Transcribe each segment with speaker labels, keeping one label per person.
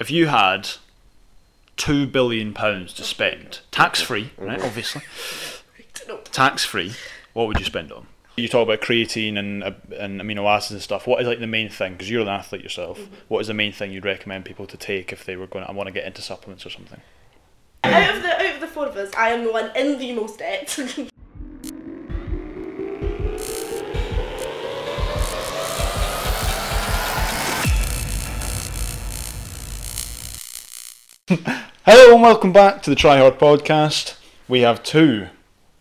Speaker 1: if you had two billion pounds to spend, tax free, right? Obviously, tax free. What would you spend on? You talk about creatine and uh, and amino acids and stuff. What is like the main thing? Because you're an athlete yourself.
Speaker 2: Mm-hmm.
Speaker 1: What is the main thing you'd recommend people to take if they were going? I want to get into supplements or something.
Speaker 3: out of the out of the four of us, I am the one in the most debt.
Speaker 1: Hello and welcome back to the Try Hard Podcast. We have two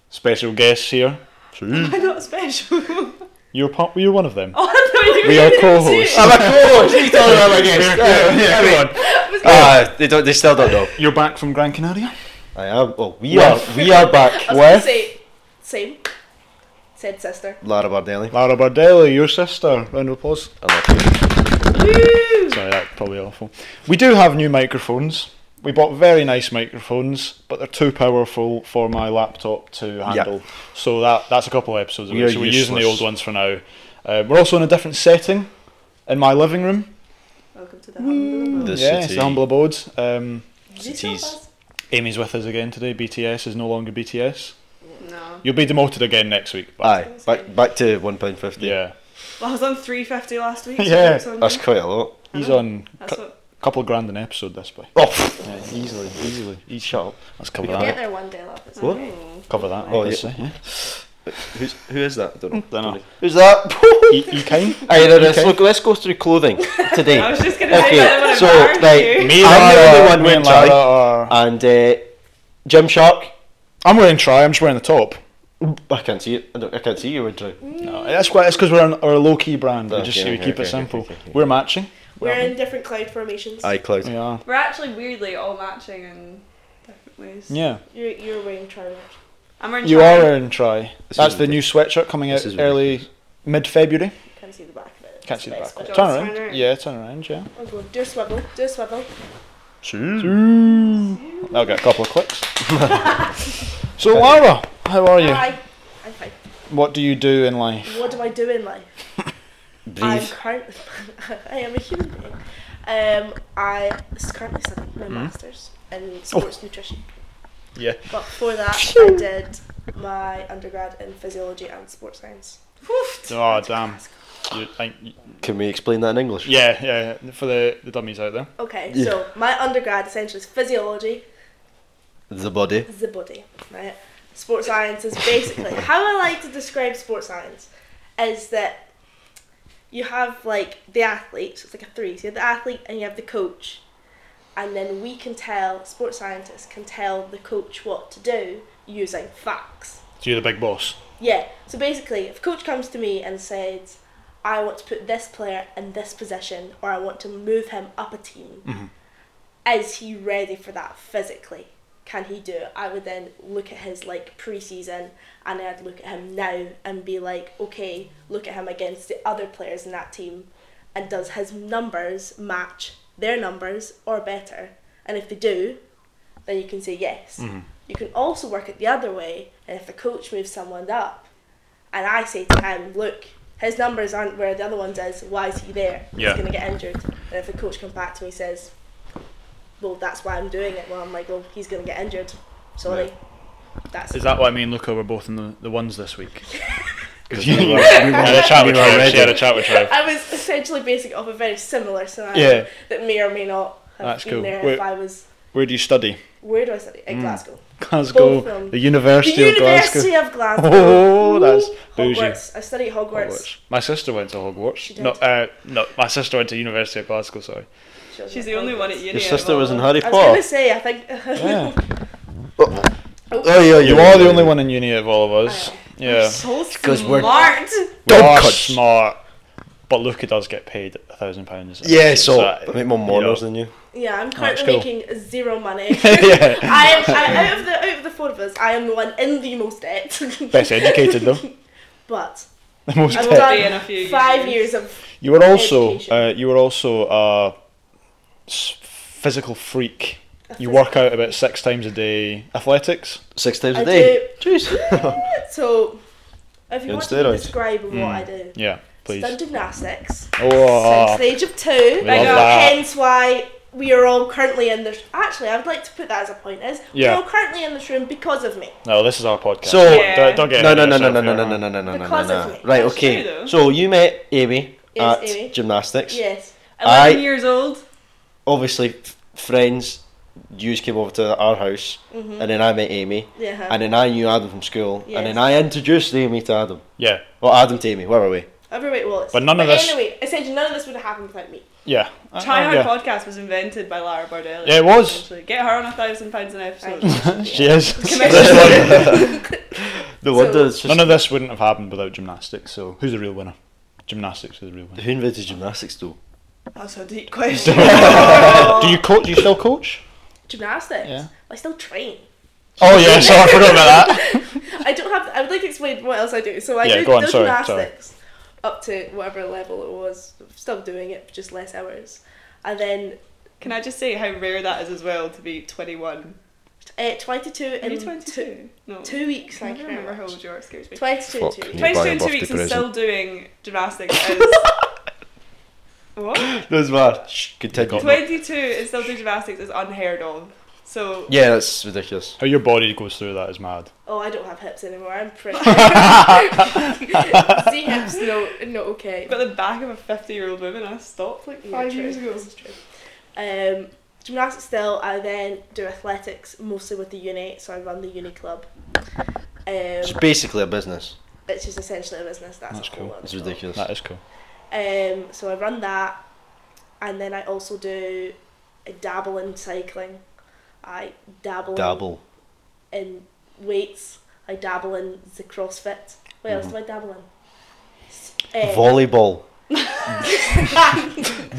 Speaker 1: special guests here. Two.
Speaker 3: I'm not special. oh,
Speaker 1: You're part. You're one of them.
Speaker 3: I know Oh, you
Speaker 1: We
Speaker 3: were
Speaker 1: are
Speaker 3: gonna
Speaker 1: co-hosts.
Speaker 3: say-
Speaker 2: Oh, I'm a co-host. He's talking about my guest.
Speaker 1: Yeah, yeah, come on.
Speaker 3: I was gonna-
Speaker 2: Ah, they don't. They still don't know.
Speaker 1: You're back from Gran Canaria.
Speaker 2: I am. Well, we
Speaker 1: Well.
Speaker 2: are. We are back
Speaker 3: I was gonna
Speaker 2: with
Speaker 3: say same. Said sister.
Speaker 2: Lara Bardelli.
Speaker 1: Lara Bardelli, your sister. Round of applause.
Speaker 2: I love you.
Speaker 3: Woo!
Speaker 1: Sorry, that's probably awful. We do have new microphones. We bought very nice microphones, but they're too powerful for my laptop to handle. So that that's a couple of episodes.
Speaker 2: We
Speaker 1: away.
Speaker 2: are
Speaker 1: so we're using the
Speaker 2: useless.
Speaker 1: old ones for now. Uh, we're also in a different setting in my living room.
Speaker 3: Welcome to the humble.
Speaker 2: The
Speaker 1: yeah, it's
Speaker 2: city.
Speaker 1: the humble abode. Um,
Speaker 2: cities.
Speaker 1: Amy's with us again today. BTS is no longer BTS.
Speaker 3: No.
Speaker 1: You'll be demoted again next week. But
Speaker 2: Aye, back back to one pound fifty.
Speaker 1: yeah,
Speaker 3: Well, I was on three fifty last week.
Speaker 1: Yeah.
Speaker 3: So
Speaker 2: that's
Speaker 3: that's,
Speaker 2: quite a lot.
Speaker 1: he's on a
Speaker 3: that's what.
Speaker 1: couple of grand an episode this way.
Speaker 2: Oh, pff,
Speaker 1: Yeah, easily, easily.
Speaker 2: shut up.
Speaker 1: Let's cover
Speaker 3: Get
Speaker 1: that.
Speaker 3: there one day, love. It's
Speaker 2: What?
Speaker 3: okay.
Speaker 1: Cover that.
Speaker 2: Oh,
Speaker 1: obviously, yeah.
Speaker 2: Who's who is that? I don't know.
Speaker 1: Don't know.
Speaker 2: Who's that?
Speaker 1: You, you kind?
Speaker 2: Aye, no, no,
Speaker 1: Okay.
Speaker 2: let's look. Let's go through clothing today.
Speaker 3: I was just gonna say that I
Speaker 2: okay,
Speaker 3: would've married
Speaker 2: so like
Speaker 3: you.
Speaker 1: Me,
Speaker 2: I'm the
Speaker 1: Lara,
Speaker 2: only one
Speaker 1: Ah, me
Speaker 2: wearing
Speaker 1: and Lara
Speaker 2: Charlie
Speaker 1: are-
Speaker 2: and uh, Gymshark.
Speaker 1: I'm wearing try. I'm just wearing the top.
Speaker 2: I can't see it. I, don't, I can't see you with Drew.
Speaker 1: No, that's quite. That's because we're on our low key brand. We
Speaker 2: Mm. Okay,
Speaker 1: just we
Speaker 2: okay,
Speaker 1: keep
Speaker 2: okay,
Speaker 1: it
Speaker 2: okay,
Speaker 1: simple.
Speaker 2: okay, okay.
Speaker 1: We're matching.
Speaker 3: We're in different cloud formations.
Speaker 2: iCloud.
Speaker 1: We are.
Speaker 4: We're actually weirdly all matching in different ways.
Speaker 1: Yeah,
Speaker 3: You're, you're wearing trousers.
Speaker 4: I'm wearing
Speaker 1: you are wearing try.
Speaker 2: This
Speaker 1: That's
Speaker 2: is
Speaker 1: the new sweatshirt coming out
Speaker 2: this is
Speaker 1: early, mid February.
Speaker 3: Can't see the back of it.
Speaker 1: Can't see the back.
Speaker 3: It's
Speaker 1: Turn
Speaker 3: best.
Speaker 4: Turn
Speaker 1: around.
Speaker 4: around.
Speaker 1: Yeah, turn around. Yeah.
Speaker 3: I'll go. Do a swivel. Do a swivel.
Speaker 1: I'll get a couple of clicks. so Lara, how are you?
Speaker 3: Hi. I'm fine.
Speaker 1: What do you do in life?
Speaker 3: What do I do in life? I'm
Speaker 2: Breathe.
Speaker 3: currently, I am a human being. Um, I s- currently studying my master's in sports nutrition,
Speaker 1: Yeah.
Speaker 3: but before that, I did my undergrad in physiology and sports science.
Speaker 1: Oh damn. You, I,
Speaker 2: Can we explain that in English?
Speaker 1: yeah, yeah. For the the dummies out there.
Speaker 3: Okay,
Speaker 2: Yeah.
Speaker 3: so my undergrad essentially is physiology,
Speaker 2: The body.
Speaker 3: is the body, right? Sports science is basically how I like to describe sports science is that you have like the athletes, it's like a three. So you have the athlete and you have the coach, and then we can tell sports scientists can tell the coach what to do using facts.
Speaker 1: So you're the big boss.
Speaker 3: Yeah. So basically, if a coach comes to me and says, "I want to put this player in this position," or "I want to move him up a team," is he ready for that physically? Can he do it? I would then look at his like preseason, and I'd look at him now and be like, "Okay, look at him against the other players in that team, and does his numbers match their numbers or better?" And if they do, then you can say yes.
Speaker 1: Mm-hmm.
Speaker 3: You can also work it the other way, and if the coach moves someone up, and I say to him, look, his numbers aren't where the other ones is. Why is he there?
Speaker 1: Yeah.
Speaker 3: He's gonna get injured. And if the coach comes back to me and says, well, that's why I'm doing it. Well, I'm like, well, he's gonna get injured. Sorry. That's
Speaker 1: Is that why me and Luca were both in the, the ones this week? Because
Speaker 2: we were-
Speaker 1: had a chat with Trev. She had a chat with Trev.
Speaker 3: I was essentially basing it off a very similar scenario
Speaker 1: Yeah.
Speaker 3: that may or may not have
Speaker 1: That's
Speaker 3: been
Speaker 1: cool.
Speaker 3: there
Speaker 1: Wait. Mm.
Speaker 3: if I was.
Speaker 1: Where do you study?
Speaker 3: Where do I study? At Glasgow.
Speaker 1: Glasgow,
Speaker 3: Both of them.
Speaker 1: the University
Speaker 3: the
Speaker 1: of Glasgow.
Speaker 3: University of Glasgow.
Speaker 1: Oh, that's bougie.
Speaker 3: Hogwarts. I studied Hogwarts.
Speaker 1: Hogwarts. My sister went to Hogwarts.
Speaker 3: did.
Speaker 1: No, uh, no, my sister went to University of Glasgow. Sorry.
Speaker 4: She's the only one at uni.
Speaker 2: Your sister was in Harry
Speaker 3: I was gonna
Speaker 2: Potter.
Speaker 3: say, I think.
Speaker 1: Yeah.
Speaker 2: Oh yeah,
Speaker 1: You are the only one in uni of all of us.
Speaker 3: I-
Speaker 1: Yeah,
Speaker 4: So
Speaker 2: Because we're-
Speaker 4: smart.
Speaker 1: we
Speaker 2: Don't
Speaker 1: are
Speaker 2: cut.
Speaker 1: smart. But Luca does get paid a thousand pounds.
Speaker 2: Yeah, so I make more
Speaker 1: you
Speaker 2: monos
Speaker 1: know.
Speaker 2: than you.
Speaker 3: yeah, I'm
Speaker 1: That's
Speaker 3: currently
Speaker 1: cool.
Speaker 3: making zero money.
Speaker 1: yeah,
Speaker 3: I am I, out of the out of the four of us, I am the one in the most debt.
Speaker 1: best educated though.
Speaker 3: But
Speaker 1: The most
Speaker 3: I've
Speaker 1: tech.
Speaker 4: be in a few
Speaker 3: done five
Speaker 4: years.
Speaker 3: years of
Speaker 1: You were also
Speaker 3: Education.
Speaker 1: uh, you were also a s- physical freak. You work out about six times a day. Athletics.
Speaker 2: Six times
Speaker 3: I
Speaker 2: a day. Jeez.
Speaker 3: so. If you
Speaker 2: You're on
Speaker 3: want me to
Speaker 2: steroids.
Speaker 3: describe what I do,
Speaker 1: Mm. Yeah, please.
Speaker 3: done gymnastics
Speaker 1: Oh,
Speaker 3: since the age of two.
Speaker 1: love that.
Speaker 3: Hence why we are all currently in this. Actually, I would like to put that as a point: is
Speaker 1: Yeah.
Speaker 3: we're all currently in this room because of me.
Speaker 1: No, this is our podcast.
Speaker 2: So-
Speaker 1: Oh, Don't- don't, don't get
Speaker 2: No, no,
Speaker 1: ahead
Speaker 2: no,
Speaker 1: of
Speaker 2: no,
Speaker 1: yourself
Speaker 2: no, no,
Speaker 1: here,
Speaker 2: no,
Speaker 1: huh?
Speaker 2: no, no, no, no, no,
Speaker 3: Because
Speaker 2: no.
Speaker 3: of me.
Speaker 2: Right,
Speaker 4: That's true,
Speaker 2: okay.
Speaker 4: though.
Speaker 2: So you met Amy
Speaker 3: Yes,
Speaker 2: at
Speaker 3: Amy.
Speaker 2: gymnastics.
Speaker 3: Yes.
Speaker 4: 11
Speaker 2: I-
Speaker 4: years old.
Speaker 2: Obviously, f- friends. You came over to our house,
Speaker 3: Mhm.
Speaker 2: and then I met Amy,
Speaker 3: Yeah.
Speaker 2: and then I knew Adam from school, and
Speaker 3: Yes.
Speaker 2: then I introduced Amy to Adam.
Speaker 1: Yeah,
Speaker 2: Well, Adam to Amy. Where are we?
Speaker 3: Everybody Wallace.
Speaker 1: But none of this-
Speaker 3: Anyway, essentially, none of this would have happened without me.
Speaker 1: yeah. Uh,
Speaker 4: Try Hard
Speaker 1: yeah.
Speaker 4: Podcast was invented by Lara Bardelli.
Speaker 1: Yeah, it was.
Speaker 4: essentially. Get her on a thousand pounds an episode.
Speaker 1: She is.
Speaker 4: Commission.
Speaker 2: The
Speaker 3: So-
Speaker 2: wonder it's just
Speaker 1: None of this wouldn't have happened without gymnastics. So who's the real winner? Gymnastics is the real winner.
Speaker 2: who invented gymnastics though?
Speaker 4: That's a deep question.
Speaker 1: Do you coach? Do you still coach?
Speaker 3: Gymnastics.
Speaker 1: Yeah.
Speaker 3: I still train.
Speaker 1: Oh yeah, sorry, I forgot about that.
Speaker 3: I don't have. I would like to explain what else I do. So I
Speaker 1: Yeah,
Speaker 3: do
Speaker 1: go on,
Speaker 3: do
Speaker 1: sorry,
Speaker 3: gymnastics up to whatever level it was. Still doing it, just less hours. And then
Speaker 4: Can I just say how rare that is as well to be 21?
Speaker 3: uh, 22
Speaker 4: Are you
Speaker 3: in two,
Speaker 4: 22? No.
Speaker 3: two weeks.
Speaker 4: I
Speaker 3: Thank
Speaker 4: can't
Speaker 3: you very
Speaker 4: remember how
Speaker 3: much.
Speaker 4: old you are, excuse me.
Speaker 3: 22 in
Speaker 2: Fuck.
Speaker 3: two weeks.
Speaker 2: Yeah. buy
Speaker 4: 22
Speaker 2: a
Speaker 4: in two
Speaker 2: birthday
Speaker 4: weeks and
Speaker 2: present.
Speaker 4: still doing gymnastics is. what?
Speaker 2: Those were shh, continue.
Speaker 4: 22 and still doing gymnastics is unheard of. So.
Speaker 2: Yeah, that's ridiculous.
Speaker 1: How your body goes through that is mad.
Speaker 3: Oh, I don't have hips anymore. I'm pretty. See hips, no, no, okay.
Speaker 4: But the back of a 50 year old woman, I stopped like
Speaker 3: Yeah,
Speaker 4: five
Speaker 3: true.
Speaker 4: years ago.
Speaker 3: This is true. Um, gymnastics still. I then do athletics mostly with the uni, so I run the uni club. Um,
Speaker 2: It's basically a business.
Speaker 3: which is essentially a business. That's,
Speaker 1: That's
Speaker 3: a
Speaker 1: cool.
Speaker 3: Whole other
Speaker 2: It's
Speaker 3: job.
Speaker 2: ridiculous.
Speaker 1: That is cool.
Speaker 3: Um, so I run that, and then I also do I dabble in cycling. I dabble, in-
Speaker 2: Dabble.
Speaker 3: in weights. I dabble in the CrossFit. What
Speaker 2: Mm-hmm.
Speaker 3: else do I dabble in? S- eh,
Speaker 2: Volleyball.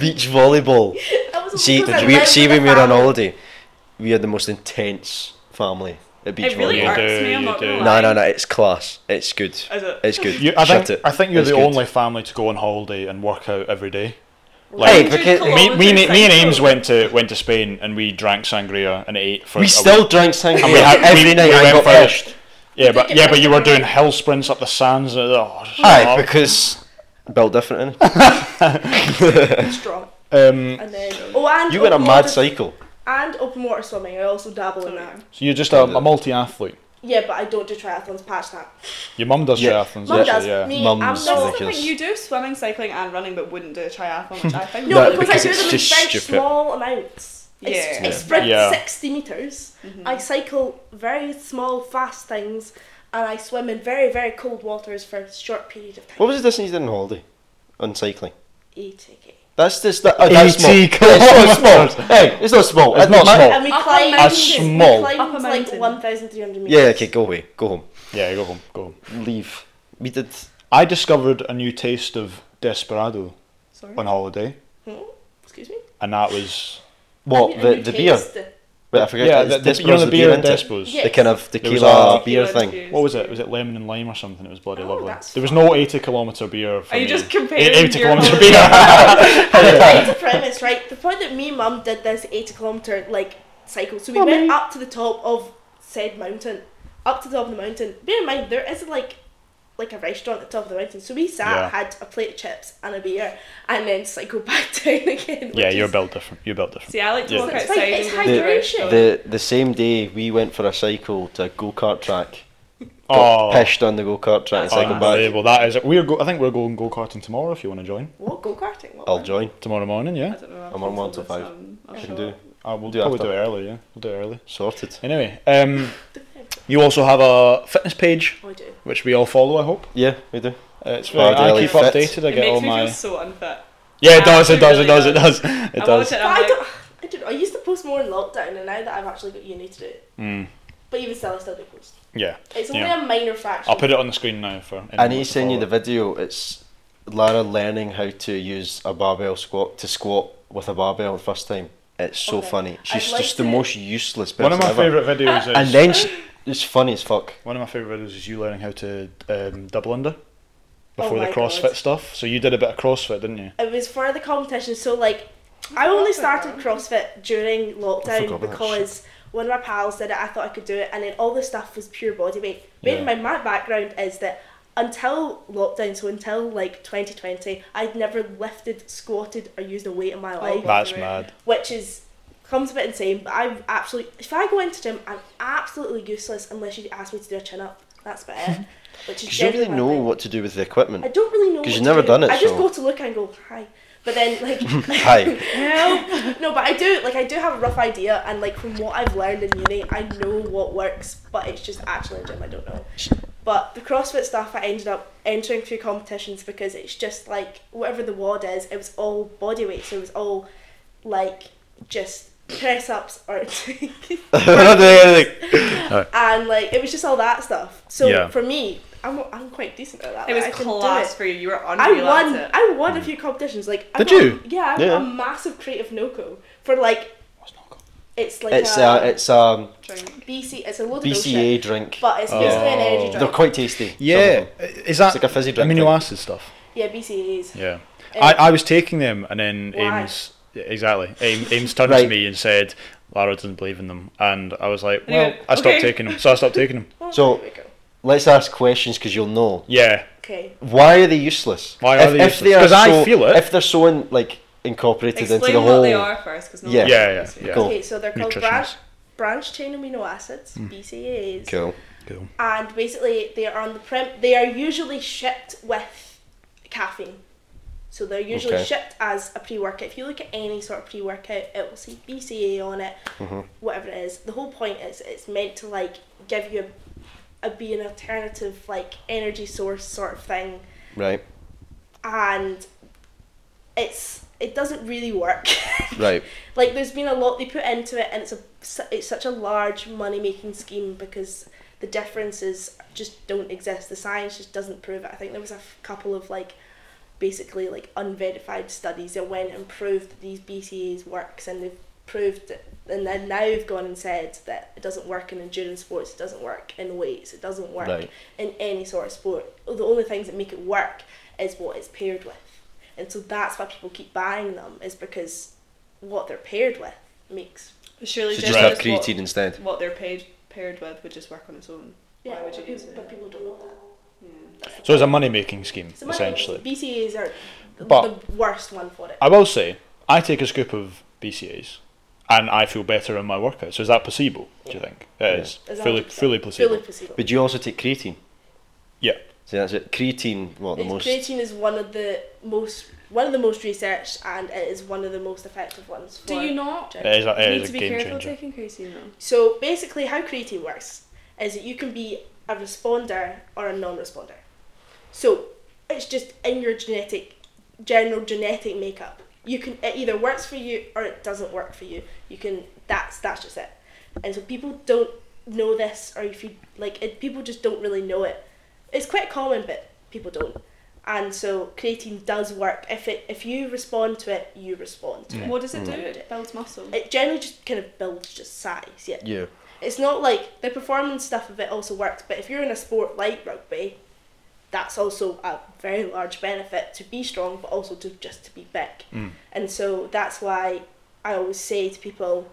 Speaker 2: Beach volleyball.
Speaker 3: that was all
Speaker 2: See,
Speaker 3: because I
Speaker 2: we,
Speaker 3: lived
Speaker 2: see
Speaker 3: with
Speaker 2: when
Speaker 3: a
Speaker 2: we were on
Speaker 3: family.
Speaker 2: holiday, we had the most intense family at beach
Speaker 4: It really
Speaker 1: You
Speaker 4: irks
Speaker 2: volleyball.
Speaker 1: do,
Speaker 4: me, I'm
Speaker 1: you
Speaker 4: not
Speaker 1: do.
Speaker 4: gonna
Speaker 2: No,
Speaker 4: lie.
Speaker 2: no, no. It's class. It's good.
Speaker 4: Is it?
Speaker 2: It's good.
Speaker 1: You, I
Speaker 2: Shut
Speaker 1: think
Speaker 2: it.
Speaker 1: I think you're
Speaker 2: It's
Speaker 1: the
Speaker 2: good.
Speaker 1: only family to go on holiday and work out every day.
Speaker 2: Hey,
Speaker 1: Like
Speaker 2: because-
Speaker 1: me, me, me,
Speaker 4: kilometres
Speaker 1: and
Speaker 4: cycle.
Speaker 1: Ames went to went to Spain and we drank sangria and ate for.
Speaker 2: We
Speaker 1: a
Speaker 2: still
Speaker 1: week.
Speaker 2: drank sangria
Speaker 1: And we had-
Speaker 2: every
Speaker 1: we-
Speaker 2: night.
Speaker 1: we
Speaker 2: I
Speaker 1: went
Speaker 2: got
Speaker 1: for-
Speaker 2: pisshed.
Speaker 1: Yeah, but
Speaker 3: Did
Speaker 1: yeah,
Speaker 3: you
Speaker 1: but you
Speaker 3: get
Speaker 1: were
Speaker 3: back to
Speaker 1: doing hill sprints up the sands. and- Oh,
Speaker 2: Aye,
Speaker 1: shut
Speaker 2: because built different. Innit?
Speaker 3: Strong.
Speaker 1: up. um,
Speaker 3: And then oh, and
Speaker 2: You went a
Speaker 3: open
Speaker 2: mad
Speaker 3: water-
Speaker 2: cycle.
Speaker 3: And open water swimming. I also dabble
Speaker 4: Oh,
Speaker 3: in that.
Speaker 1: so you're just a, a multi-athlete.
Speaker 3: Yeah, but I don't do triathlons. Patch that.
Speaker 1: Your mum does
Speaker 2: Yeah.
Speaker 1: triathlons.
Speaker 3: Mum
Speaker 1: doesn't she?
Speaker 3: does.
Speaker 1: Yeah.
Speaker 3: Me,
Speaker 2: Mum's
Speaker 3: I'm
Speaker 4: That's
Speaker 3: not.
Speaker 2: ridiculous.
Speaker 4: the thing, you do swimming, cycling, and running, but wouldn't do a triathlon, which I think.
Speaker 3: No,
Speaker 2: No,
Speaker 3: because,
Speaker 2: because
Speaker 3: I do
Speaker 2: it's
Speaker 3: them in
Speaker 2: just
Speaker 3: very
Speaker 2: stupid.
Speaker 3: small amounts. I, s-
Speaker 4: Yeah.
Speaker 3: I sprint
Speaker 1: Yeah.
Speaker 3: 60 meters I cycle very small, fast things, and I swim in very, very cold waters for a short period of time.
Speaker 2: What was the distance you did on holiday? On cycling?
Speaker 3: ATK.
Speaker 2: That's just that, uh, that's
Speaker 1: 80
Speaker 2: small. It's not small. Hey, it's not small.
Speaker 1: It's not
Speaker 2: My-
Speaker 1: small.
Speaker 3: And we
Speaker 4: Up a
Speaker 3: climbed,
Speaker 1: A
Speaker 4: mountain.
Speaker 1: small-
Speaker 3: we climbed
Speaker 4: Up a
Speaker 3: like
Speaker 4: mountain.
Speaker 3: 1,300 meters.
Speaker 2: Yeah, okay, go away. Go home.
Speaker 1: Yeah, go home. Go home.
Speaker 2: Leave. We did.
Speaker 1: I discovered a new taste of desperado
Speaker 4: Sorry.
Speaker 1: on holiday,
Speaker 3: Hmm? Excuse me?
Speaker 1: and that was
Speaker 2: What?
Speaker 3: And
Speaker 2: The,
Speaker 3: you
Speaker 2: the beer?
Speaker 3: taste the-
Speaker 2: Wait, I forget.
Speaker 1: yeah,
Speaker 2: it's
Speaker 1: the, the, you
Speaker 2: Despero's
Speaker 1: know the beer and
Speaker 2: isn't it?
Speaker 1: Despos.
Speaker 3: Yeah.
Speaker 2: The kind of
Speaker 1: was
Speaker 2: tequila
Speaker 1: a-
Speaker 2: beer thing.
Speaker 1: What was it? Was it lemon and lime or something? It was bloody
Speaker 3: Oh,
Speaker 1: lovely.
Speaker 3: that's
Speaker 1: There was no eighty kilometer beer. For
Speaker 4: Are you
Speaker 1: me.
Speaker 4: just
Speaker 1: Eight-
Speaker 4: comparing
Speaker 1: eighty
Speaker 4: your
Speaker 1: kilometer beer?
Speaker 4: holiday?
Speaker 3: Right to premise, right? The point that me and mum did this 80 kilometre like cycle, so we went up to the top of said mountain, up to the top of the mountain. Bear in mind, there isn't like like a restaurant at the top of the mountain, so we sat,
Speaker 1: Yeah.
Speaker 3: had a plate of chips and a beer, and then cycled back down again. which
Speaker 1: yeah,
Speaker 3: is-
Speaker 1: you're built different. You're built different.
Speaker 4: See, I like to
Speaker 1: Yeah.
Speaker 4: walk
Speaker 3: It's
Speaker 4: outside.
Speaker 3: like- it's
Speaker 4: and go to
Speaker 3: hydration.
Speaker 4: restaurant.
Speaker 2: The, the same day we went for a cycle to a go kart track.
Speaker 1: Oh,
Speaker 2: Got pished on the go kart track and
Speaker 1: oh,
Speaker 2: cycled back.
Speaker 1: unbelievable! That is. We're. Go- I think we're going go karting tomorrow. If you want to join
Speaker 3: What go karting? What?
Speaker 2: I'll join.
Speaker 1: tomorrow morning,
Speaker 4: I
Speaker 1: yeah.
Speaker 4: don't know.
Speaker 2: I'm on one till five.
Speaker 4: I
Speaker 2: Can do.
Speaker 1: Uh, we'll
Speaker 2: Do
Speaker 1: probably
Speaker 2: after.
Speaker 1: do it early. Yeah, we'll do it early.
Speaker 2: Sorted.
Speaker 1: Anyway, um, you also have a fitness page
Speaker 3: Oh, I do.
Speaker 1: which we all follow. I hope.
Speaker 2: Yeah, we do.
Speaker 1: Uh, it's very,
Speaker 2: Bardaily
Speaker 1: I keep
Speaker 2: Fit.
Speaker 1: updated. I
Speaker 4: It
Speaker 1: get all
Speaker 4: makes me
Speaker 1: my.
Speaker 4: feel so unfit.
Speaker 1: Yeah, it does. It
Speaker 4: actually
Speaker 1: does. It
Speaker 4: really
Speaker 1: does. It does. It
Speaker 4: I
Speaker 1: does.
Speaker 4: watch
Speaker 3: But
Speaker 4: it.
Speaker 3: I
Speaker 4: I'm like,
Speaker 3: don't. I don't. know, I used to post more in lockdown, and now that I've actually got uni to do it,
Speaker 1: Mm,
Speaker 3: but even still, I still do post.
Speaker 1: yeah.
Speaker 3: It's only
Speaker 1: Yeah.
Speaker 3: a minor fraction.
Speaker 1: I'll put it on the screen now for.
Speaker 2: I
Speaker 1: anyone
Speaker 2: need to
Speaker 1: to
Speaker 2: send you the
Speaker 1: follow.
Speaker 2: video. It's Lara learning how to use a barbell squat to squat with a barbell the first time. It's so
Speaker 3: Okay.
Speaker 2: funny. She's
Speaker 3: like
Speaker 2: just the
Speaker 3: to-
Speaker 2: most useless person
Speaker 1: One of my
Speaker 2: ever.
Speaker 1: favourite videos is.
Speaker 2: And then she, it's funny as fuck.
Speaker 1: One of my favourite videos is you learning how to um, double
Speaker 4: Oh
Speaker 1: under before
Speaker 3: my
Speaker 1: the
Speaker 3: God.
Speaker 1: CrossFit stuff. So you did a bit of CrossFit, didn't you?
Speaker 3: It was for the competition. So like, I only started CrossFit during
Speaker 2: I forgot
Speaker 3: lockdown
Speaker 2: about that
Speaker 3: because one of my pals did it. I thought I could do it, and then all the stuff was pure body weight. Bear in
Speaker 1: Yeah.
Speaker 3: mind, my background is that until lockdown, so until like 2020, I'd never lifted, squatted, or used a weight in my
Speaker 4: Oh,
Speaker 3: life,
Speaker 4: wow.
Speaker 1: That's mad.
Speaker 3: which is comes a bit insane. But I'm absolutely, if I go into gym, I'm absolutely useless unless you ask me to do a chin up. That's about it. Which is
Speaker 2: Because you don't really
Speaker 3: generally
Speaker 2: know
Speaker 3: my thing.
Speaker 2: what to do with the equipment.
Speaker 3: I don't really know
Speaker 2: 'Cause
Speaker 3: what
Speaker 2: you've
Speaker 3: to
Speaker 2: never
Speaker 3: do.
Speaker 2: done it,
Speaker 3: I just
Speaker 2: so-
Speaker 3: go to look and go hi, but then like
Speaker 2: Hi.
Speaker 3: help. No, but I do like I do have a rough idea, and like from what I've learned in uni, I know what works, but it's just actually a gym I don't know. But the CrossFit stuff, I ended up entering a few competitions because it's just like whatever the wad is, it was all body weight, so it was all like just press ups or and like it was just all that stuff. So
Speaker 1: Yeah.
Speaker 3: for me, I'm, I'm quite decent at that.
Speaker 4: It
Speaker 3: like,
Speaker 4: was
Speaker 3: I can do
Speaker 4: class
Speaker 3: it.
Speaker 4: for you. You were on.
Speaker 3: I won. I won a few competitions. Like I
Speaker 2: Mm. Did
Speaker 3: got-
Speaker 2: you?
Speaker 3: Yeah, I'm
Speaker 2: Yeah.
Speaker 3: a massive creative noco for like it's like
Speaker 2: It's
Speaker 3: a
Speaker 2: uh, it's um
Speaker 4: Drink.
Speaker 3: BC. It's a load of bullshit,
Speaker 2: BCA drink.
Speaker 3: but it's basically an energy
Speaker 2: They're
Speaker 3: drink.
Speaker 2: quite tasty. some of
Speaker 1: Yeah,
Speaker 2: them.
Speaker 1: is that
Speaker 2: like a fizzy drink
Speaker 1: amino
Speaker 2: thing.
Speaker 1: acid stuff?
Speaker 3: yeah, BCA's.
Speaker 1: Yeah,
Speaker 3: Um,
Speaker 1: I, I was taking them, and then
Speaker 3: Why?
Speaker 1: Ames yeah, exactly Ames, Ames turned to
Speaker 2: Right.
Speaker 1: me and said, "Lara doesn't believe in them," and I was like,
Speaker 4: And you
Speaker 1: "Well,
Speaker 4: went,
Speaker 1: I stopped
Speaker 4: "Okay."
Speaker 1: taking them, so I stopped taking them."
Speaker 3: Oh,
Speaker 2: So-
Speaker 3: there we go.
Speaker 2: Let's ask questions because you'll know.
Speaker 1: Yeah,
Speaker 3: Okay.
Speaker 2: Why are they useless?
Speaker 1: Why
Speaker 2: if,
Speaker 1: are they
Speaker 2: if
Speaker 1: useless? 'Cause I
Speaker 2: so,
Speaker 1: feel it.
Speaker 2: If they're so in, like incorporated
Speaker 4: Explain
Speaker 2: into the
Speaker 4: what
Speaker 2: whole.
Speaker 4: they are first, because no
Speaker 2: Yeah.
Speaker 4: one
Speaker 1: Yeah,
Speaker 4: knows.
Speaker 1: yeah, yeah.
Speaker 2: Cool.
Speaker 3: Okay, so they're called
Speaker 1: Nutritionist.
Speaker 3: branch branch chain amino acids,
Speaker 2: Mm.
Speaker 3: BCAAs,
Speaker 2: Cool.
Speaker 1: cool.
Speaker 3: and basically they are on the prem. They are usually shipped with caffeine. So they're usually
Speaker 2: Okay.
Speaker 3: shipped as a pre-workout. If you look at any sort of pre-workout, it will see BCA on it,
Speaker 2: Mm-hmm.
Speaker 3: whatever it is. The whole point is it's meant to like give you a, a be an alternative like energy source sort of thing,
Speaker 2: Right.
Speaker 3: and it's it doesn't really work.
Speaker 2: Right.
Speaker 3: like there's been a lot they put into it, and it's a su- it's such a large money making scheme because the differences just don't exist. The science just doesn't prove it. I think there was a f- couple of like basically like unverified studies that went and proved that these BCAs works, and they've proved it, and then now they've gone and said that it doesn't work in endurance sports, it doesn't work in weights, it doesn't work
Speaker 2: Right.
Speaker 3: in any sort of sport. The only things that make it work is what it's paired with. And so that's why people keep buying them is because what they're paired with makes
Speaker 4: Surely
Speaker 2: So
Speaker 4: just
Speaker 2: just have
Speaker 4: what-
Speaker 2: creatine instead.
Speaker 4: What they're paid, paired with would just work on its own. Why would you use it?
Speaker 3: But people don't know that.
Speaker 1: So it's a money making scheme
Speaker 3: So
Speaker 1: essentially.
Speaker 3: essentially, BCAs are the,
Speaker 1: But-
Speaker 3: the worst one for it.
Speaker 1: I will say, I take a scoop of BCAs, and I feel better in my workout. So is that placebo? Do you think it is
Speaker 3: Is that
Speaker 1: fully
Speaker 3: 100%?
Speaker 1: fully placebo?
Speaker 3: Fully placebo.
Speaker 2: But you also take creatine.
Speaker 1: Yeah.
Speaker 2: See, that's it. Creatine, what the
Speaker 3: It's-
Speaker 2: most?
Speaker 3: creatine is one of the most one of the most researched and it is one of the most effective ones. For
Speaker 4: Do you not
Speaker 1: It is a, it
Speaker 4: need
Speaker 1: is
Speaker 4: to
Speaker 1: a
Speaker 4: be
Speaker 1: game
Speaker 4: careful
Speaker 1: changer.
Speaker 4: taking creatine though?
Speaker 3: So basically, how creatine works is that you can be a responder or a non-responder. So it's just in your genetic, general genetic makeup. You can it either works for you or it doesn't work for you. You can that's that's just it. And so people don't know this, or if you like, it, people just don't really know it. It's quite common, but people don't. And so creatine does work. If it if you respond to it, you respond
Speaker 2: Mm.
Speaker 3: to it.
Speaker 4: What does it do? Mm. It builds muscle.
Speaker 3: It generally just kind of builds just size, yeah.
Speaker 2: Yeah.
Speaker 3: It's not like the performance stuff of it also works, but if you're in a sport like rugby, that's also a very large benefit to be strong, but also to just to be big. And so that's why I always say to people,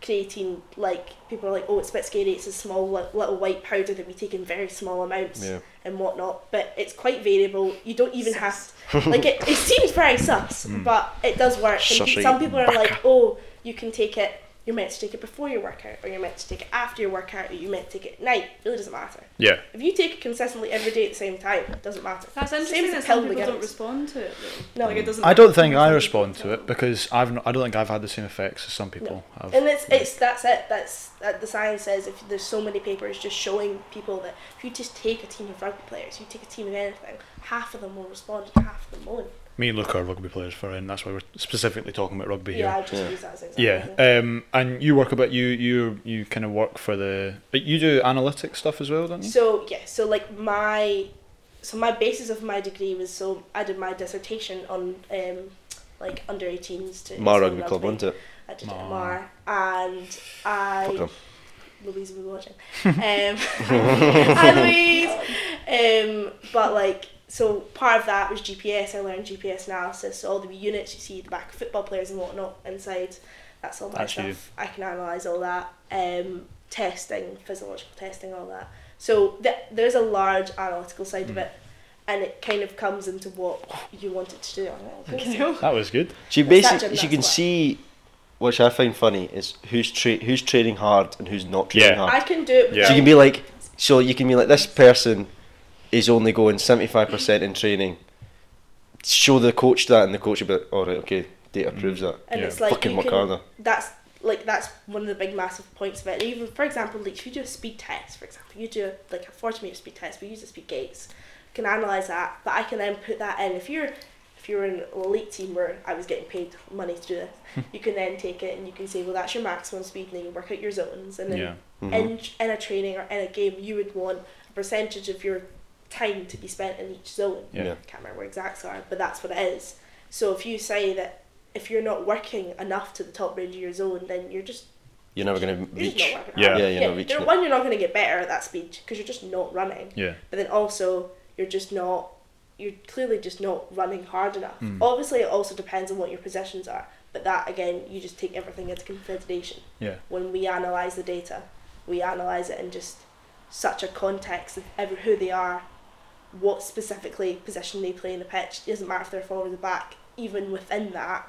Speaker 3: creatine like people are like, oh, it's a bit scary. It's a small li- little white powder that we take in very small amounts
Speaker 2: Yeah.
Speaker 3: and whatnot, but it's quite variable. You don't even have like it. It seems very sus, but it does work. And
Speaker 2: Sussy
Speaker 3: some people are like, oh, you can take it. You're meant to take it before your workout, or you're meant to take it after your workout, or you're meant to take it at night. It really doesn't matter.
Speaker 1: Yeah.
Speaker 3: If you take it consistently every day at the same time, it doesn't matter.
Speaker 4: That's
Speaker 3: Same
Speaker 4: interesting
Speaker 3: as
Speaker 4: that
Speaker 3: the
Speaker 4: some
Speaker 3: pill
Speaker 4: people don't
Speaker 3: McGinnis.
Speaker 4: respond to it though.
Speaker 3: No.
Speaker 4: Like it doesn't.
Speaker 1: I don't think I respond to it because I've not, I don't think I've had the same effects as some people have.
Speaker 3: And it's it's that's it. That's that the science says if there's so many papers just showing people that if you just take a team of rugby players, you take a team of anything, half of them will respond and half of them won't.
Speaker 1: Me and Luke are rugby players for, and that's why we're specifically talking about rugby
Speaker 3: Yeah, I
Speaker 1: here.
Speaker 3: just
Speaker 2: Yeah.
Speaker 3: use that as an example.
Speaker 1: Yeah, um, and you work about you you you kind of work for the but you do analytics stuff as well, don't you?
Speaker 3: So yeah, so like my, so my basis of my degree was so I did my dissertation on um, like under 18s to
Speaker 2: My
Speaker 3: to
Speaker 2: rugby club, wasn't it?
Speaker 3: I did it
Speaker 1: Mar.
Speaker 3: at Mar and I.
Speaker 2: Fuck 'em.
Speaker 3: Louise will be watching. Um, hi, Louise. Um, but like, so part of that was GPS. I learned GPS analysis. So all the units you see, the back of football players and whatnot inside. That's all my
Speaker 1: That's
Speaker 3: stuff.
Speaker 1: you.
Speaker 3: I can analyse all that. Um, testing, physiological testing, all that. So th- there's a large analytical side
Speaker 1: Hmm.
Speaker 3: of it, and it kind of comes into what you want it to do.
Speaker 4: Fucking hell.
Speaker 1: That was good.
Speaker 2: She
Speaker 3: It's that
Speaker 2: basically she
Speaker 3: gymnast
Speaker 2: can
Speaker 3: work.
Speaker 2: see, which I find funny is who's tra- who's training hard and who's not training
Speaker 1: Yeah.
Speaker 2: hard.
Speaker 3: I can do it.
Speaker 1: Yeah.
Speaker 3: Without,
Speaker 2: So you can be like, so you can be like, this person is only going seventy five percent in training. Show the coach that, and the coach will be like, all right, okay, data
Speaker 1: Mm.
Speaker 2: proves that.
Speaker 3: and
Speaker 1: Yeah.
Speaker 3: it's like
Speaker 2: Fucking
Speaker 3: you
Speaker 2: work
Speaker 3: can-
Speaker 2: harder.
Speaker 3: That's like that's one of the big massive points of it. Even for example, like if you do a speed test, for example, you do like a forty meter speed test. We use the speed gates. Can analyze that, but I can then put that in. If you're if you're in an elite team where I was getting paid money to do this,
Speaker 1: Hmm.
Speaker 3: you can then take it and you can say, well, that's your maximum speed, and then you work out your zones. And then
Speaker 1: Yeah.
Speaker 2: Mm-hmm.
Speaker 3: in in a training or in a game, you would want a percentage of your time to be spent in each zone.
Speaker 1: Yeah.
Speaker 2: Yeah.
Speaker 3: can't remember what exacts are, but that's what it is. So if you say that if you're not working enough to the top range of your zone, then you're just
Speaker 2: You're never gonna
Speaker 3: you're
Speaker 2: reach.
Speaker 3: just not working.
Speaker 1: Yeah.
Speaker 3: hard.
Speaker 2: Yeah, you're not reaching
Speaker 3: you're-
Speaker 2: it.
Speaker 3: one, you're not going to get better at that speed because you're just not running.
Speaker 1: Yeah.
Speaker 3: But then also, you're just not. You're clearly just not running hard enough.
Speaker 1: Hmm.
Speaker 3: Obviously, it also depends on what your possessions are. But that again, you just take everything into consideration
Speaker 1: Yeah.
Speaker 3: when we analyze the data, we analyze it in just such a context of ever who they are, what specifically position they play in the pitch. It doesn't matter if they're forward or back. Even within that,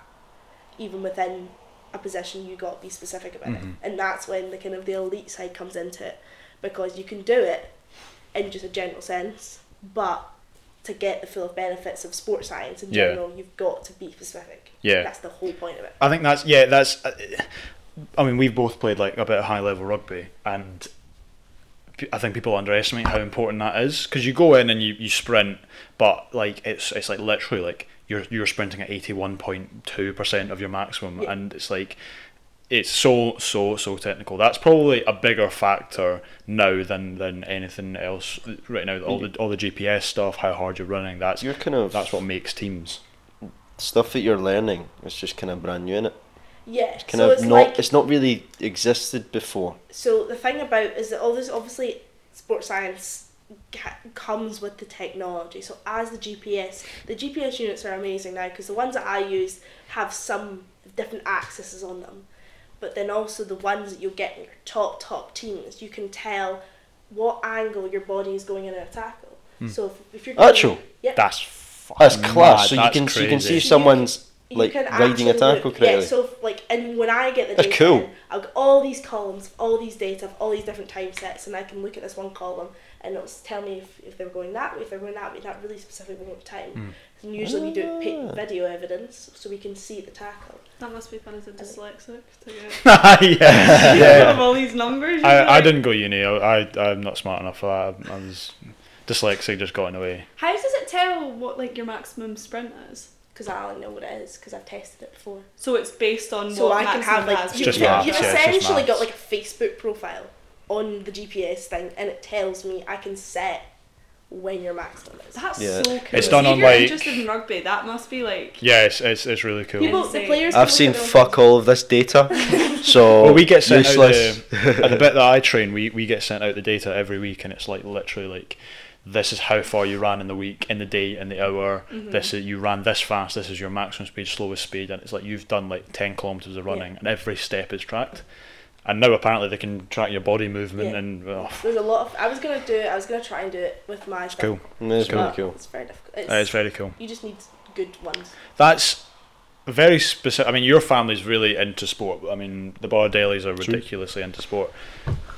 Speaker 3: even within a position, you got to be specific about
Speaker 1: Mm-hmm.
Speaker 3: it, and that's when the kind of the elite side comes into it, because you can do it in just a general sense, but to get the full benefits of sports science in
Speaker 1: Yeah.
Speaker 3: general, you've got to be specific.
Speaker 1: Yeah.
Speaker 3: that's the whole point of it.
Speaker 1: I think that's yeah. That's. uh, I mean, we've both played like a bit of high level rugby, and p- I think people underestimate how important that is because you go in and you, you sprint, but like it's it's like literally like you're you're sprinting at eighty one point two percent of your maximum,
Speaker 3: Yeah.
Speaker 1: and it's like it's so so so technical. That's probably a bigger factor now than than anything else right now. All the all the GPS stuff, how hard you're running. That's
Speaker 2: You're kind of
Speaker 1: that's what makes teams.
Speaker 2: stuff that you're learning is just kind of brand new in it.
Speaker 3: Yeah,
Speaker 2: Kind
Speaker 3: so
Speaker 2: of
Speaker 3: it's
Speaker 2: not.
Speaker 3: like
Speaker 2: it's not really existed before.
Speaker 3: so the thing about is that all this obviously sports science ca- comes with the technology so as the gps the gps units are amazing now because the ones that i use have some different axes on them but then also the ones that you'll get in your top top teams you can tell what angle your body is going in a tackle so if, if you're going-
Speaker 2: Actual?
Speaker 3: yeah
Speaker 1: That's
Speaker 2: That's
Speaker 1: fucking
Speaker 2: class.
Speaker 1: mad,
Speaker 2: so you
Speaker 1: that's
Speaker 2: can so you can see
Speaker 1: crazy.
Speaker 2: if someone's
Speaker 3: you
Speaker 2: like
Speaker 3: can
Speaker 2: riding a
Speaker 3: actually
Speaker 2: tackle
Speaker 3: look-
Speaker 2: correctly.
Speaker 3: Yeah, so like, and when I get the
Speaker 2: That's
Speaker 3: data,
Speaker 2: cool.
Speaker 3: in, I've got all these columns, all these data, all these different time sets, and I can look at this one column and it'll s- tell me if, if they're going that way, if they're going that way, that really specific moment of time.
Speaker 1: Hmm.
Speaker 3: And usually we do it
Speaker 2: Ah.
Speaker 3: pic- video evidence so we can see the tackle.
Speaker 4: That must be fun as a dyslexic to get
Speaker 1: yeah.
Speaker 4: of all these numbers. you'd be
Speaker 1: I, I
Speaker 4: like,
Speaker 1: didn't go uni. I, I I'm not smart enough for that. I, I was dyslexic, just got in the way.
Speaker 4: How does it tell what like your maximum sprint is?
Speaker 3: Because I only know what it is because I've tested it before.
Speaker 4: So it's based on
Speaker 3: So
Speaker 4: what
Speaker 3: I can
Speaker 4: maximum
Speaker 3: have like
Speaker 4: has
Speaker 3: you,
Speaker 1: just
Speaker 3: you-
Speaker 1: maths,
Speaker 3: you've
Speaker 1: yeah, it's just
Speaker 3: essentially
Speaker 1: maths.
Speaker 3: got like a Facebook profile on the GPS thing, and it tells me I can set when your maximum is.
Speaker 4: That's
Speaker 2: Yeah.
Speaker 4: so cool.
Speaker 1: It's done
Speaker 4: if
Speaker 1: on,
Speaker 4: you're
Speaker 1: like-
Speaker 4: interested in rugby, that must be like
Speaker 1: Yeah, it's it's, it's really cool.
Speaker 3: People, the
Speaker 4: Insane.
Speaker 3: players can
Speaker 2: I've
Speaker 3: look
Speaker 2: seen
Speaker 3: at their-
Speaker 2: fuck all of this data. So
Speaker 1: well, we get sent
Speaker 2: useless.
Speaker 1: out the, at the bit that I train. We, we get sent out the data every week, and it's like literally like, this is how far you ran in the week, in the day, in the hour. This is you ran this fast. This is your maximum speed, slowest speed, and it's like you've done like ten kilometers of running, and every step is tracked. And now apparently they can track your body movement
Speaker 3: Yeah.
Speaker 1: and oh,
Speaker 3: There's a lot of. I was gonna do it. I was gonna try and do it with my. It's
Speaker 1: cool.
Speaker 2: That's
Speaker 1: Cool.
Speaker 2: pretty cool.
Speaker 3: It's very difficult. It's,
Speaker 1: Uh, it's very cool.
Speaker 3: you just need good ones.
Speaker 1: That's very specific. I mean, your family's really into sport. I mean, the Bar Dailies are ridiculously into sport.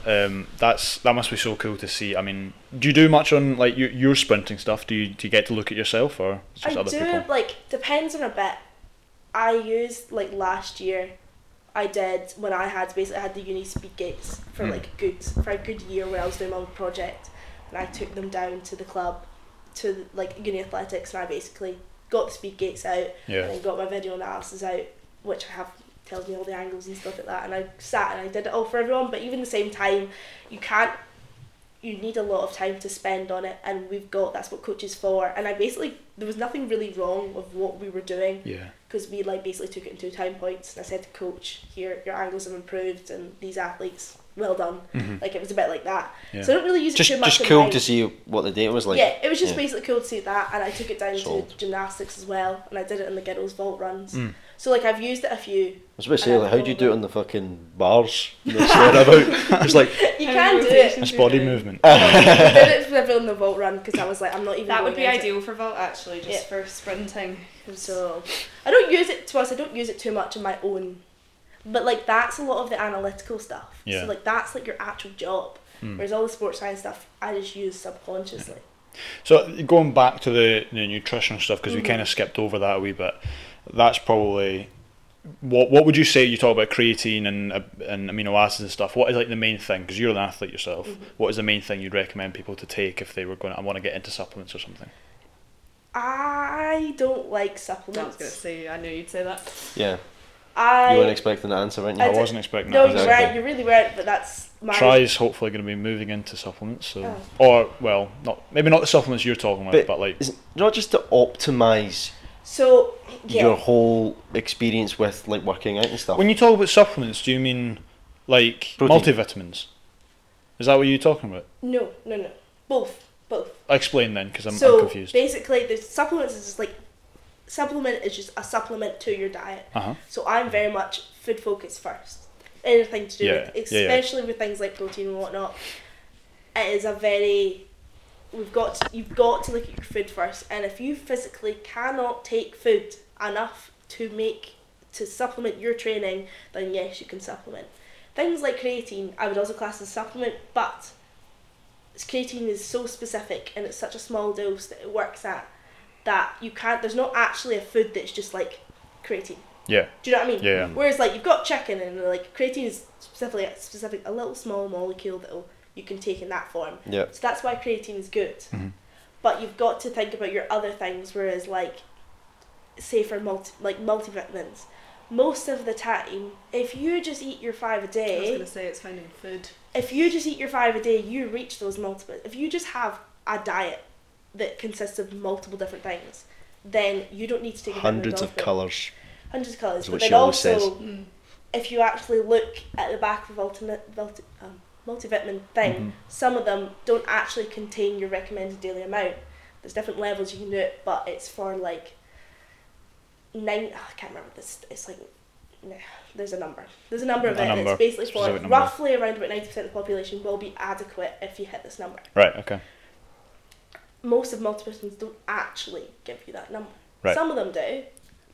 Speaker 1: Um, that's that must be so cool to see. I mean, do you do much on like your, your sprinting stuff? Do you do you get to look at yourself or it's just
Speaker 3: I
Speaker 1: other
Speaker 3: do
Speaker 1: people?
Speaker 3: like depends on a bit. I used like last year. I did when I had basically I had the uni speed gates for
Speaker 1: Hmm.
Speaker 3: like a good for a good year when I was doing my own project, and I took them down to the club, to like uni athletics, and I basically got the speed gates out and
Speaker 1: Yeah,
Speaker 3: then got my video analysis out, which I have tells me all the angles and stuff like that. And I sat and I did it all for everyone. But even the same time, you can't. You need a lot of time to spend on it, and we've got that's what coach is for. And I basically there was nothing really wrong with what we were doing
Speaker 1: yeah,
Speaker 3: because we like basically took it in two time points. And I said to coach, here your angles have improved, and these athletes well done. Like it was a bit like that.
Speaker 1: Yeah.
Speaker 3: So I don't really use it
Speaker 2: Just
Speaker 3: too much.
Speaker 2: just
Speaker 3: in
Speaker 2: cool
Speaker 3: mine.
Speaker 2: to see what the date was like.
Speaker 3: yeah, it was just
Speaker 2: yeah.
Speaker 3: basically cool to see that, and I took it down to
Speaker 2: Sold.
Speaker 3: gymnastics as well, and I did it in the girls' vault runs. So like I've used it a few.
Speaker 2: I was about to say, like, how do you do it on the fucking bars? That's what about. It's like,
Speaker 3: You
Speaker 4: How
Speaker 3: can
Speaker 4: many
Speaker 3: do it.
Speaker 4: rotations
Speaker 1: It's
Speaker 4: do you
Speaker 1: body
Speaker 4: do?
Speaker 1: movement.
Speaker 3: I did it for everyone in the vault run because I was like, I'm not even.
Speaker 4: That would
Speaker 3: going
Speaker 4: be
Speaker 3: into it.
Speaker 4: ideal for vault actually, just
Speaker 3: Yeah.
Speaker 4: for sprinting. 'cause-
Speaker 3: So I don't use it. To be honest, I don't use it too much in my own. But like that's a lot of the analytical stuff.
Speaker 1: Yeah.
Speaker 3: So like that's like your actual job. Whereas all the sports science stuff, I just use subconsciously.
Speaker 1: So going back to the, the nutritional stuff because
Speaker 3: Mm-hmm.
Speaker 1: we kind of skipped over that a wee bit. That's probably what what would you say? You talk about creatine and uh, and amino acids and stuff. What is like the main thing? Because you're an athlete yourself.
Speaker 3: Mm-hmm.
Speaker 1: What is the main thing you'd recommend people to take if they were going? I want to get into supplements or something.
Speaker 3: I don't like
Speaker 4: I was gonna
Speaker 3: supplements.
Speaker 4: say, I knew you'd say that.
Speaker 2: yeah,
Speaker 3: I
Speaker 2: you weren't expecting an answer, weren't you?
Speaker 1: I,
Speaker 3: I d-
Speaker 1: wasn't expecting
Speaker 3: no,
Speaker 1: that.
Speaker 3: you're
Speaker 2: Exactly.
Speaker 3: right. You really weren't, but that's my.
Speaker 1: Try's hopefully going to be moving into supplements. So
Speaker 3: Oh.
Speaker 1: or well, not maybe not the supplements you're talking about, but,
Speaker 2: But
Speaker 1: like
Speaker 2: It's not just to optimise
Speaker 3: So yeah.
Speaker 2: your whole experience with like working out and stuff.
Speaker 1: when you talk about supplements, do you mean like
Speaker 2: Protein.
Speaker 1: multivitamins? Is that what you're talking about?
Speaker 3: No, no, no. Both, both.
Speaker 1: Explain then, because I'm,
Speaker 3: so
Speaker 1: I'm confused.
Speaker 3: basically, the supplements is just like supplement is just a supplement to your diet.
Speaker 1: Uh huh.
Speaker 3: So I'm very much food focused first. Anything to do
Speaker 1: Yeah,
Speaker 3: with,
Speaker 1: yeah, yeah.
Speaker 3: especially with things like protein and whatnot, it is a very we've got to, you've got to look at your food first. And if you physically cannot take food enough to make to supplement your training, then yes, you can supplement. Things like creatine, I would also class as supplement, but creatine is so specific and it's such a small dose that it works at that you can't. There's not actually a food that's just like creatine.
Speaker 1: Yeah.
Speaker 3: Do you know what I mean?
Speaker 1: Yeah.
Speaker 3: Whereas like you've got chicken and like creatine is specifically a specific a little small molecule that you can take in that form.
Speaker 2: yeah,
Speaker 3: So that's why creatine is good.
Speaker 2: Mm-hmm.
Speaker 3: But you've got to think about your other things. Whereas like, say for multi like multivitamins, most of the time, if you just eat your five a
Speaker 4: I was
Speaker 3: day,
Speaker 4: gonna say it's finding food.
Speaker 3: if you just eat your five a day, you reach those multiple. If you just have a diet that consists of multiple different things, then you don't need to take a vitamin
Speaker 2: hundreds of
Speaker 3: supplement
Speaker 2: colours.
Speaker 3: hundreds of colours.
Speaker 2: That's
Speaker 3: But
Speaker 2: what
Speaker 3: then
Speaker 2: she always
Speaker 3: also,
Speaker 2: says.
Speaker 3: if you actually look at the back of ultimate multi, um, multivitamin thing,
Speaker 1: Mm-hmm.
Speaker 3: some of them don't actually contain your recommended daily amount. There's different levels you can do it, but it's for like nine. oh, I can't remember this. It's like no, there's a number. There's a number of
Speaker 1: A
Speaker 3: it.
Speaker 1: number,
Speaker 3: It's basically for
Speaker 1: specific number.
Speaker 3: roughly around about ninety percent of the population will be adequate if you hit this number.
Speaker 1: Right. Okay.
Speaker 3: Most of multivitamins don't actually give you that number.
Speaker 1: Right.
Speaker 3: Some of them do,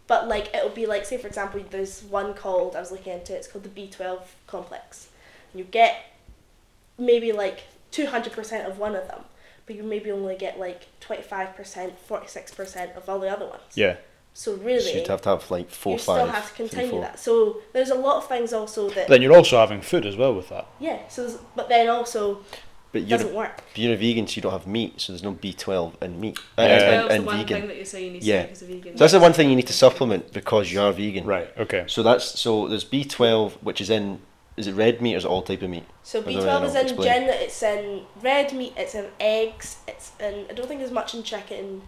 Speaker 3: but like it'll be like say for example, there's one called I was looking into. It's called the B twelve complex. You get maybe like two hundred percent of one of them, but you maybe only get like twenty five percent, forty six percent of all the other ones.
Speaker 1: Yeah.
Speaker 3: So
Speaker 2: So
Speaker 3: really,
Speaker 2: you'd have to have like four,
Speaker 3: you
Speaker 2: five.
Speaker 3: still have to
Speaker 2: three,
Speaker 3: continue
Speaker 2: four.
Speaker 3: that. So there's a lot of things also that
Speaker 1: Then you're also having food as well with that.
Speaker 3: yeah. So there's- but then also
Speaker 2: But
Speaker 3: it
Speaker 2: you're
Speaker 3: doesn't
Speaker 2: a,
Speaker 3: work.
Speaker 2: you're a vegan, so you don't have meat, so there's no B12 in meat. Uh,
Speaker 1: Yeah.
Speaker 2: And,
Speaker 4: Well,
Speaker 2: and,
Speaker 4: it's
Speaker 2: and
Speaker 4: the one
Speaker 2: vegan.
Speaker 4: thing that you say you need
Speaker 2: Yeah.
Speaker 4: to take as a vegan.
Speaker 2: So that's the one thing you need to supplement because you are vegan.
Speaker 1: Right. Okay.
Speaker 2: So that's so there's B12, which is in is it red meat or is it all type of meat?
Speaker 3: So
Speaker 2: I don't
Speaker 3: B
Speaker 2: really
Speaker 3: twelve
Speaker 2: know
Speaker 3: is
Speaker 2: what
Speaker 3: in
Speaker 2: to explain.
Speaker 3: gin, it's in red meat, it's in eggs, it's in I don't think there's much in chicken.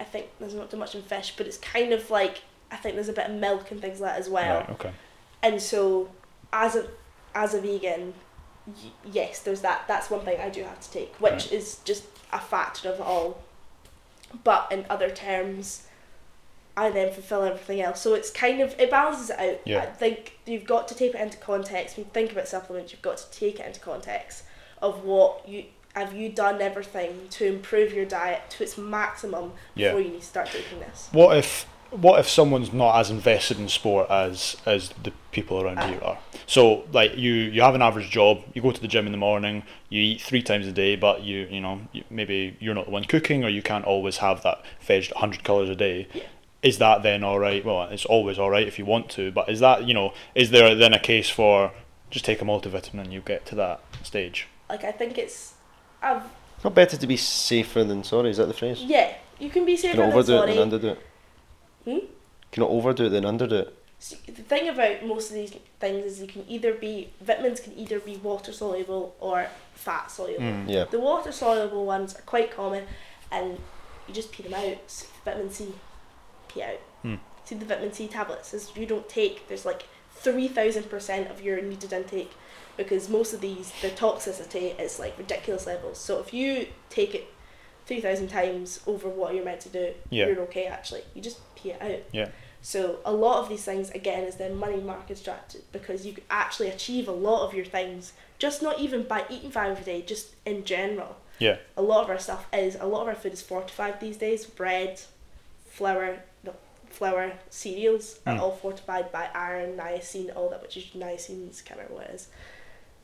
Speaker 3: I think there's not too much in fish, but it's kind of like I think there's a bit of milk and things like that as well.
Speaker 1: Right. Okay.
Speaker 3: And so as a as a vegan, y- yes, there's that. That's one thing I do have to take, which
Speaker 1: Right.
Speaker 3: is just a factor of it all. But in other terms, I then fulfill everything else. So it's kind of it balances it out.
Speaker 1: Yeah.
Speaker 3: I think you've got to take it into context. When you think about supplements, you've got to take it into context of what you have you done everything to improve your diet to its maximum
Speaker 1: Yeah.
Speaker 3: before you need to start taking this.
Speaker 1: What if what if someone's not as invested in sport as as the people around you are? So like you you have an average job. You go to the gym in the morning. You eat three times a day, but you you know you, maybe you're not the one cooking, or you can't always have that veg at hundred colours a day.
Speaker 3: Yeah.
Speaker 1: Is that then all right? Well, it's always all right if you want to, but is that you know is there then a case for just take a multivitamin and you get to that stage?
Speaker 3: Like I think it's I've
Speaker 2: Not better to be safer than sorry. Is that the phrase?
Speaker 3: yeah, you can be safe
Speaker 2: Can I
Speaker 3: than
Speaker 2: overdo it
Speaker 3: sorry.
Speaker 2: than underdo it?
Speaker 3: Hmm?
Speaker 2: Can I overdo it than underdo it?
Speaker 3: So the thing about most of these things is you can either be vitamins can either be water soluble or fat soluble.
Speaker 1: Hmm. Mm.
Speaker 2: Yeah.
Speaker 3: The water soluble ones are quite common, and you just pee them out. So
Speaker 1: Hmm.
Speaker 3: vitamin C, pee out. See the vitamin C tablets. As you don't take, there's like 3000% of your needed intake because most of these, the toxicity is like ridiculous levels. So if you take it 3000 times over what you're meant to do,
Speaker 1: Yeah.
Speaker 3: you're okay actually. You just pee it out.
Speaker 1: Yeah.
Speaker 3: So a lot of these things again is then money market strategy because you could actually achieve a lot of your things just not even by eating five every day, just in general.
Speaker 1: Yeah.
Speaker 3: A lot of our stuff is a lot of our food is fortified these days. Bread, flour, no, flour, cereals are
Speaker 1: Mm.
Speaker 3: all fortified by iron, niacin, all that. Which is niacin's can't remember what it is.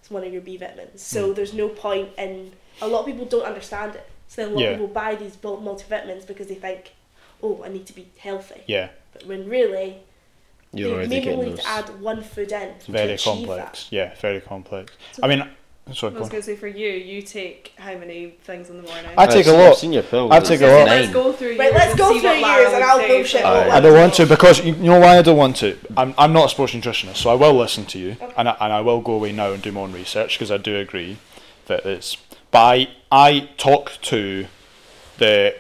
Speaker 3: It's one of your B vitamins. So there's no point in a lot of people don't understand it. So then a lot
Speaker 1: Yeah.
Speaker 3: of people buy these bulk multivitamins because they think, oh, I need to be healthy.
Speaker 1: Yeah.
Speaker 3: But when really,
Speaker 2: You're
Speaker 3: they
Speaker 2: already
Speaker 3: maybe
Speaker 2: getting
Speaker 3: only need
Speaker 2: those.
Speaker 3: to add one food in.
Speaker 1: It's very
Speaker 3: to achieve
Speaker 1: complex.
Speaker 3: That.
Speaker 1: Yeah, very complex.
Speaker 4: So-
Speaker 1: I mean, sorry,
Speaker 4: I
Speaker 1: go
Speaker 4: was
Speaker 1: on.
Speaker 4: going to say for you, you take how many things in the morning?
Speaker 1: I take a lot.
Speaker 2: I've seen your pill.
Speaker 1: I've taken a lot.
Speaker 4: Let's go through
Speaker 3: Right, let's
Speaker 4: and
Speaker 3: go
Speaker 4: see
Speaker 3: through
Speaker 4: what Lara
Speaker 3: yours and
Speaker 4: would
Speaker 3: I'll
Speaker 4: say
Speaker 3: bullshit
Speaker 4: for
Speaker 3: what
Speaker 2: Aye.
Speaker 1: I don't want to because you know why I don't want to. I'm, I'm not a sports nutritionist, so I will listen to you, and I, and I will go away now and do my own research because I do agree that it's. But I I talk to the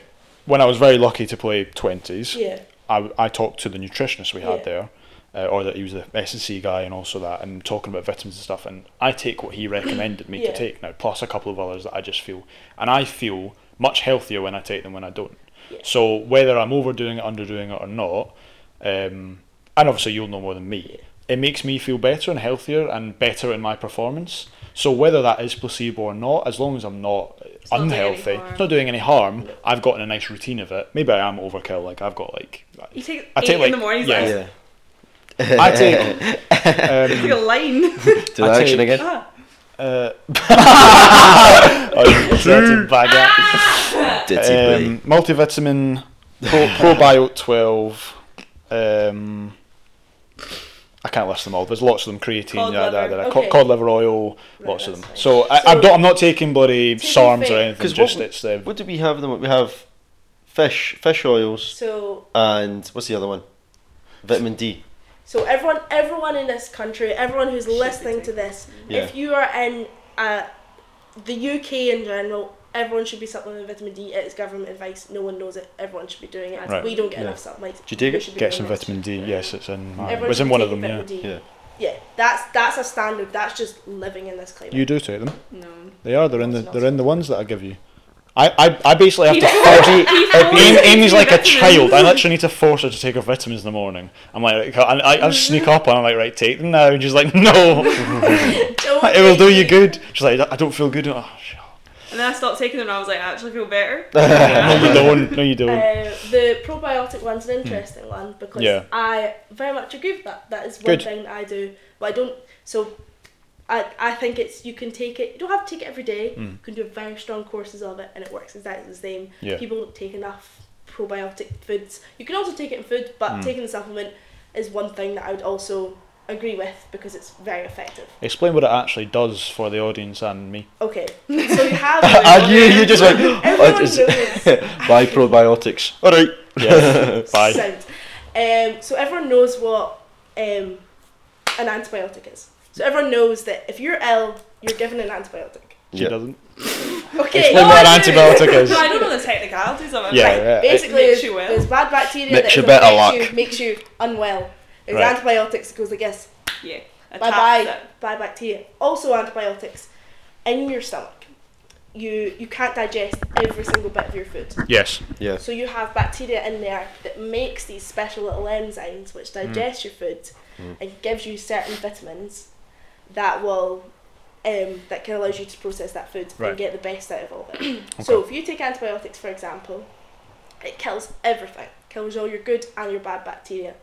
Speaker 1: when I was very lucky to play twenties.
Speaker 3: Yeah.
Speaker 1: I, I talked to the nutritionist we had
Speaker 3: Yeah.
Speaker 1: there, uh, or that he was the S and C guy and also that, and talking about vitamins and stuff. And I take what he recommended me
Speaker 3: Yeah.
Speaker 1: to take now, plus a couple of others that I just feel, and I feel much healthier when I take them when I don't.
Speaker 3: Yeah.
Speaker 1: So whether I'm overdoing it, underdoing it, or not, um, and obviously you'll know more than me, it makes me feel better and healthier and better in my performance. So whether that is placebo or not, as long as I'm not
Speaker 4: not doing any
Speaker 1: unhealthy,
Speaker 4: harm.
Speaker 1: it's not doing any harm. I've gotten a nice routine of it. Maybe I am overkill. Like I've got like
Speaker 4: You take
Speaker 1: I
Speaker 4: eight
Speaker 1: take,
Speaker 4: in
Speaker 1: like-
Speaker 4: the morning,
Speaker 1: yeah.
Speaker 4: yeah.
Speaker 2: Yeah.
Speaker 1: I take.
Speaker 4: like,
Speaker 1: Um,
Speaker 4: "Look at a line.
Speaker 2: Do that
Speaker 1: I
Speaker 2: action
Speaker 1: take-
Speaker 2: again.
Speaker 4: Ah,
Speaker 1: Uh, True.
Speaker 2: Ditty
Speaker 1: um, multivitamin, pro, probiote 12. Um, I can't list them all. There's lots of them. Creatine,
Speaker 4: Cod
Speaker 1: yeah, da, da,
Speaker 4: liver.
Speaker 1: da. Cod,
Speaker 3: Okay.
Speaker 1: cod liver oil,
Speaker 3: Right,
Speaker 1: lots of them.
Speaker 3: that's fine.
Speaker 1: So, I,
Speaker 3: So-
Speaker 1: I'm, not, I'm not taking bloody
Speaker 3: Taking
Speaker 1: SARMs
Speaker 3: fit.
Speaker 1: or anything.
Speaker 2: 'Cause what
Speaker 1: Just
Speaker 2: we-
Speaker 1: it's uh, the
Speaker 2: What do we have? Then we have fish, fish oils,
Speaker 3: So
Speaker 2: and what's the other one? Vitamin D.
Speaker 3: So everyone, everyone in this country, everyone who's listening to
Speaker 4: taking
Speaker 3: this,
Speaker 2: Yeah.
Speaker 3: if you are in uh, the UK in general, everyone should be supplementing vitamin D. It's government advice. No one knows it. Everyone should be doing it.
Speaker 1: Right.
Speaker 3: We don't get
Speaker 2: Yeah.
Speaker 3: enough supplements.
Speaker 2: Do you take
Speaker 3: We
Speaker 2: it?
Speaker 3: should be
Speaker 1: get
Speaker 3: doing
Speaker 1: some
Speaker 3: it.
Speaker 1: vitamin D. Yes, it's in. My,
Speaker 3: Everyone
Speaker 1: was
Speaker 3: should
Speaker 1: in
Speaker 3: be
Speaker 1: one of them.
Speaker 3: taking
Speaker 1: Yeah.
Speaker 3: vitamin D.
Speaker 2: Yeah.
Speaker 3: Yeah, that's that's a standard. That's just living in this climate.
Speaker 1: You do take them.
Speaker 4: no.
Speaker 1: They are. They're in the.
Speaker 4: Lots and
Speaker 1: They're in the ones that I give you. I, I, I basically have to Amy,
Speaker 4: Amy,
Speaker 1: Amy's like a child. I literally need to force her to take her vitamins in the morning. I'm like, I, I, I sneak up and I'm like, right, take them now. And she's like, no,
Speaker 3: Don't
Speaker 1: it will do
Speaker 3: take
Speaker 1: you
Speaker 3: it.
Speaker 1: good. She's like, I don't feel good. Oh, shit.
Speaker 4: And then I stopped taking them and I was like, I actually feel better.
Speaker 1: no, you don't. No, you don't.
Speaker 3: Uh, the probiotic one's an interesting one because
Speaker 1: Hmm. Yeah.
Speaker 3: I very much agree with that. That is one
Speaker 1: Good.
Speaker 3: thing that I do, but I don't. So, I I think it's you can take it. You don't have to take it every day.
Speaker 1: Hmm.
Speaker 3: You can do very strong courses of it, and it works exactly the same.
Speaker 1: Yeah.
Speaker 3: People don't take enough probiotic foods. You can also take it in food, but
Speaker 1: Hmm.
Speaker 3: taking the supplement is one thing that I would also agree with because it's very effective.
Speaker 1: Explain what it actually does for the audience and me.
Speaker 3: Okay, so you have.
Speaker 2: and you, you just went.
Speaker 3: Everyone
Speaker 2: oh, it's-
Speaker 3: knows.
Speaker 2: buy probiotics. All right.
Speaker 1: Yeah. Bye.
Speaker 3: sound. Um, so everyone knows what um, an antibiotic is. So everyone knows that if you're ill, you're given an antibiotic.
Speaker 1: She
Speaker 2: Yeah.
Speaker 1: doesn't.
Speaker 3: Okay.
Speaker 1: Explain what an
Speaker 4: I do.
Speaker 1: antibiotic is.
Speaker 4: No, I don't know the technicalities of it.
Speaker 1: Yeah,
Speaker 3: Right,
Speaker 1: yeah.
Speaker 3: Basically,
Speaker 4: It
Speaker 3: there's,
Speaker 4: makes you well.
Speaker 3: there's bad bacteria
Speaker 2: Makes
Speaker 3: that
Speaker 2: you
Speaker 3: infects
Speaker 2: better luck.
Speaker 3: you, makes you unwell. There's
Speaker 1: Right.
Speaker 3: antibiotics that goes like this.
Speaker 4: Yeah. I
Speaker 3: Bye
Speaker 4: tapped
Speaker 3: bye,
Speaker 4: it.
Speaker 3: bye bacteria. Also antibiotics in your stomach. You you can't digest every single bit of your food.
Speaker 1: Yes.
Speaker 2: Yeah.
Speaker 3: So you have bacteria in there that makes these special little enzymes which digest your food and gives you certain vitamins that will um, that can allows you to process that food
Speaker 1: Right.
Speaker 3: and get the best out of all of it. So if you take antibiotics for example, it kills everything. Kills all your good and your bad bacteria.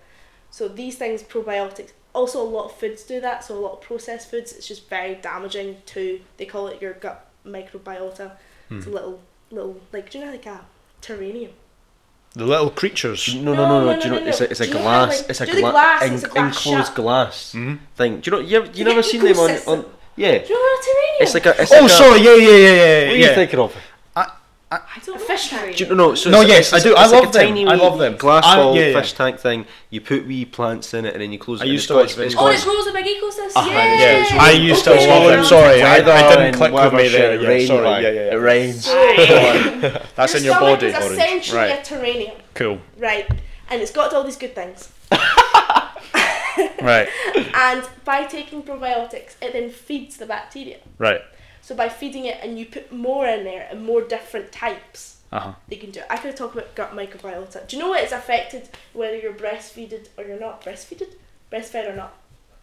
Speaker 3: So these things, probiotics, also a lot of foods do that. So a lot of processed foods, it's just very damaging to. They call it your gut microbiota. It's a little, little like do you know like a terrarium?
Speaker 1: The little creatures.
Speaker 2: No,
Speaker 3: No,
Speaker 2: no, no, no.
Speaker 3: no,
Speaker 2: Do you
Speaker 3: no,
Speaker 2: know?
Speaker 3: no,
Speaker 2: It's
Speaker 3: no.
Speaker 2: a, it's a
Speaker 3: Do you know how,
Speaker 2: glass.
Speaker 3: like,
Speaker 2: It's a
Speaker 3: do the
Speaker 2: gla-
Speaker 3: glass,
Speaker 2: en-
Speaker 3: it's a glass
Speaker 2: enclosed
Speaker 3: shut?
Speaker 2: glass
Speaker 1: Mhm.
Speaker 2: thing. Do you know? You ever, you
Speaker 3: Like
Speaker 2: never
Speaker 3: an
Speaker 2: seen them on,
Speaker 3: ecosystem.
Speaker 2: on? Yeah.
Speaker 3: Do you know what a terrarium?
Speaker 2: It's like a. It's
Speaker 1: Oh,
Speaker 2: like a-
Speaker 1: sorry. Yeah, yeah, yeah, yeah.
Speaker 2: What are
Speaker 1: yeah.
Speaker 2: you thinking of?
Speaker 4: I don't
Speaker 3: A
Speaker 4: know.
Speaker 3: fish
Speaker 4: Sherry.
Speaker 3: tank.
Speaker 2: Do you, no, so
Speaker 1: No,
Speaker 2: it's-
Speaker 1: yes,
Speaker 2: it's-
Speaker 1: I do.
Speaker 2: it's
Speaker 1: I
Speaker 2: like
Speaker 1: love
Speaker 2: a
Speaker 1: them.
Speaker 2: tiny
Speaker 1: I
Speaker 2: wee
Speaker 1: love them.
Speaker 2: Glass
Speaker 1: I-
Speaker 2: ball
Speaker 1: yeah, yeah.
Speaker 2: fish tank thing. You put wee plants in it and then you close
Speaker 1: I
Speaker 2: it. and
Speaker 1: used
Speaker 2: it's
Speaker 1: to
Speaker 2: got-
Speaker 1: watch
Speaker 2: it's
Speaker 1: videos.
Speaker 3: Oh,
Speaker 2: got-
Speaker 3: it grows a big ecosystem.
Speaker 2: Uh-huh,
Speaker 3: yeah.
Speaker 1: Yeah, I used to
Speaker 3: Okay.
Speaker 1: love them. Sorry, I, I
Speaker 2: Weather
Speaker 1: didn't
Speaker 2: and
Speaker 1: click with me there.
Speaker 2: Wabasha, rain
Speaker 1: Yeah, sorry.
Speaker 2: like,
Speaker 1: Yeah, yeah,
Speaker 2: It
Speaker 1: yeah.
Speaker 2: rains.
Speaker 1: That's in your
Speaker 3: stomach
Speaker 1: body.
Speaker 3: Is essentially
Speaker 1: Right.
Speaker 3: a terrarium,
Speaker 1: Cool.
Speaker 3: right? And it's got all these good things.
Speaker 1: Right.
Speaker 3: and by taking probiotics, it then feeds the bacteria.
Speaker 1: Right.
Speaker 3: So by feeding it and you put more in there and more different types,
Speaker 1: Uh huh.
Speaker 3: they can do it. I could talk about gut microbiota. Do you know what is affected whether you're breastfeeded or you're not breastfeeded? Breastfed or not?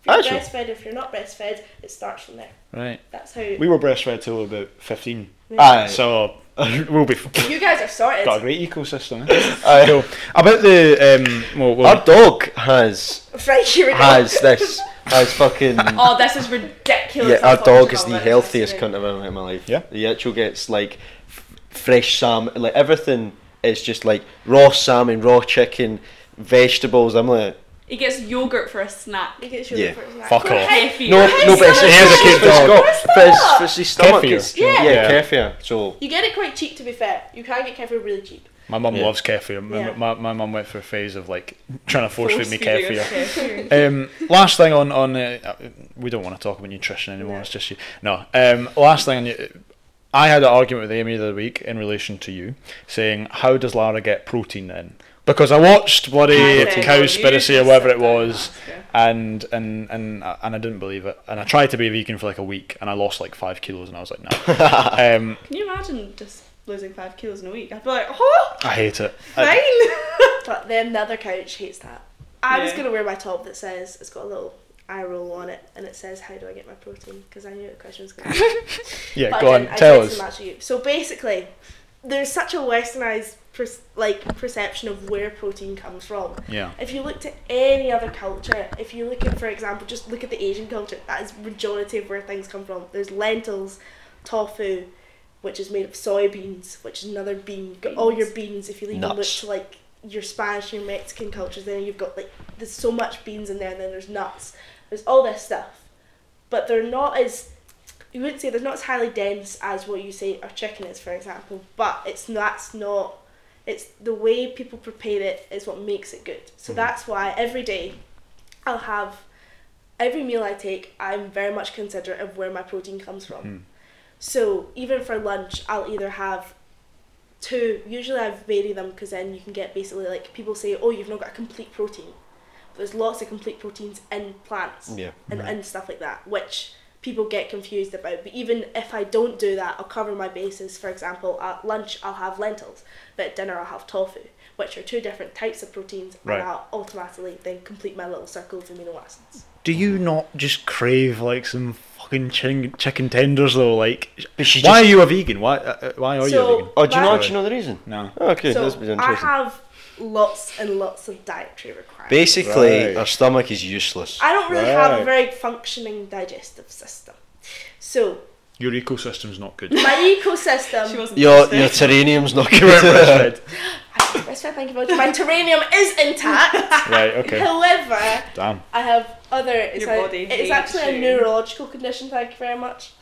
Speaker 3: If you're
Speaker 2: Actually.
Speaker 3: breastfed, if you're not breastfed, it starts from there.
Speaker 1: Right.
Speaker 3: That's how.
Speaker 1: We were breastfed till about fifteen,
Speaker 2: Aye.
Speaker 1: so we'll be f-
Speaker 3: you guys are sorted.
Speaker 1: got a great ecosystem. Eh?
Speaker 2: Aye.
Speaker 1: Cool. About the um, well, well,
Speaker 2: Our dog has
Speaker 3: Right here we go.
Speaker 2: has this has fucking
Speaker 4: Oh, this is ridiculous.
Speaker 2: yeah.
Speaker 4: I'm
Speaker 2: Our dog
Speaker 4: talking
Speaker 2: is
Speaker 4: about
Speaker 2: the
Speaker 4: it.
Speaker 2: healthiest cunt I've ever met in my life.
Speaker 1: Yeah.
Speaker 2: the actual gets like f- fresh salmon, like everything is just like raw salmon, raw chicken, vegetables. I'm like
Speaker 4: He gets yogurt for a snack.
Speaker 3: You get your
Speaker 2: Yeah.
Speaker 3: first night.
Speaker 1: Fuck
Speaker 3: Go
Speaker 1: off.
Speaker 3: ahead.
Speaker 4: Kefir.
Speaker 2: no, no, but it's,
Speaker 3: salmon.
Speaker 1: Here's a
Speaker 2: it's,
Speaker 1: kid
Speaker 2: it's
Speaker 1: dog.
Speaker 2: got
Speaker 3: What's
Speaker 2: for his,
Speaker 3: that?
Speaker 2: for his stomach.
Speaker 1: Kefir.
Speaker 2: It's,
Speaker 3: Yeah.
Speaker 2: yeah, kefir. So
Speaker 3: You get it quite cheap, to be fair. You can get kefir really cheap.
Speaker 1: my mum
Speaker 2: Yeah.
Speaker 1: loves kefir. My,
Speaker 3: Yeah.
Speaker 1: my, my mum went through a phase of like trying to force feed me
Speaker 4: Force feed
Speaker 1: kefir.
Speaker 4: kefir.
Speaker 1: Um, last thing on on uh, uh, we don't want to talk about nutrition anymore. It's just you. No. Um, last thing on you. I had an argument with Amy the other week in relation to you saying how does Lara get protein then? Because I watched bloody
Speaker 4: I said, "Well,
Speaker 1: Cowspiracy or
Speaker 4: you just
Speaker 1: whatever
Speaker 4: sit
Speaker 1: it
Speaker 4: down and
Speaker 1: was,
Speaker 4: ask her."
Speaker 1: and and and I- and I didn't believe it. And I tried to be vegan for like a week, and I lost like five kilos, and I was like, no. um,
Speaker 4: Can you imagine just losing five kilos in a week? I'd be like, oh,
Speaker 1: I hate it. Uh, I-
Speaker 4: fine.
Speaker 3: But then the other couch hates that. I was
Speaker 4: Yeah.
Speaker 3: gonna wear my top that says it's got a little eye roll on it, and it says "How do I get my protein?" Because I knew the question was gonna. Be.
Speaker 1: yeah,
Speaker 3: But I
Speaker 1: go on,
Speaker 3: didn't- I
Speaker 1: tell
Speaker 3: tried to
Speaker 1: us.
Speaker 3: match you. So basically, there's such a westernized per- like perception of where protein comes from.
Speaker 1: Yeah.
Speaker 3: If you look to any other culture, if you look at, for example, just look at the Asian culture, that is majority of where things come from. There's lentils, tofu, which is made of soybeans, which is another bean. You've got all your beans. If you even look
Speaker 2: Nuts.
Speaker 3: to like your Spanish, your Mexican cultures, then you've got like there's so much beans in there. And then there's nuts. There's all this stuff, but they're not as you wouldn't say they're not as highly dense as what you say our chicken is, for example. But it's that's not. It's the way people prepare it is what makes it good. So that's why every day I'll have every meal I take, I'm very much considerate of where my protein comes from. So even for lunch, I'll either have two. Usually, I vary them because then you can get basically like people say, "Oh, you've not got a complete protein." But there's lots of complete proteins in plants
Speaker 2: Yeah.
Speaker 3: and, and stuff like that, which people get confused about. But even if I don't do that, I'll cover my bases. For example, at lunch I'll have lentils, but at dinner I'll have tofu, which are two different types of proteins,
Speaker 1: Right.
Speaker 3: and I'll automatically then complete my little circle of amino acids.
Speaker 1: Do you not just crave like some fucking ching- chicken tenders though? Like,
Speaker 2: But she
Speaker 1: why
Speaker 2: just-
Speaker 1: are you a vegan? Why uh, uh, why are you
Speaker 3: So-
Speaker 1: a vegan?
Speaker 2: oh, do you know?
Speaker 3: Right.
Speaker 2: Do you know the reason?
Speaker 1: No.
Speaker 2: Okay,
Speaker 3: so
Speaker 2: that's been
Speaker 3: I
Speaker 2: interesting.
Speaker 3: have lots and lots of dietary requirements.
Speaker 2: Basically,
Speaker 1: Right.
Speaker 2: our stomach is useless.
Speaker 3: I don't really have
Speaker 1: Right.
Speaker 3: a very functioning digestive system. So
Speaker 1: Your ecosystem's not good.
Speaker 3: my ecosystem.
Speaker 4: She wasn't
Speaker 2: Your
Speaker 4: breastfed.
Speaker 2: your terrarium's not
Speaker 1: You weren't
Speaker 2: good.
Speaker 1: breastfed.
Speaker 3: That's what I think about it. My terrarium is intact.
Speaker 1: Right, okay.
Speaker 3: However,
Speaker 1: Damn.
Speaker 3: I have other. It's,
Speaker 4: Your
Speaker 3: a-
Speaker 4: body
Speaker 3: it's
Speaker 4: hates
Speaker 3: actually
Speaker 4: you.
Speaker 3: a neurological condition. Thank you very much.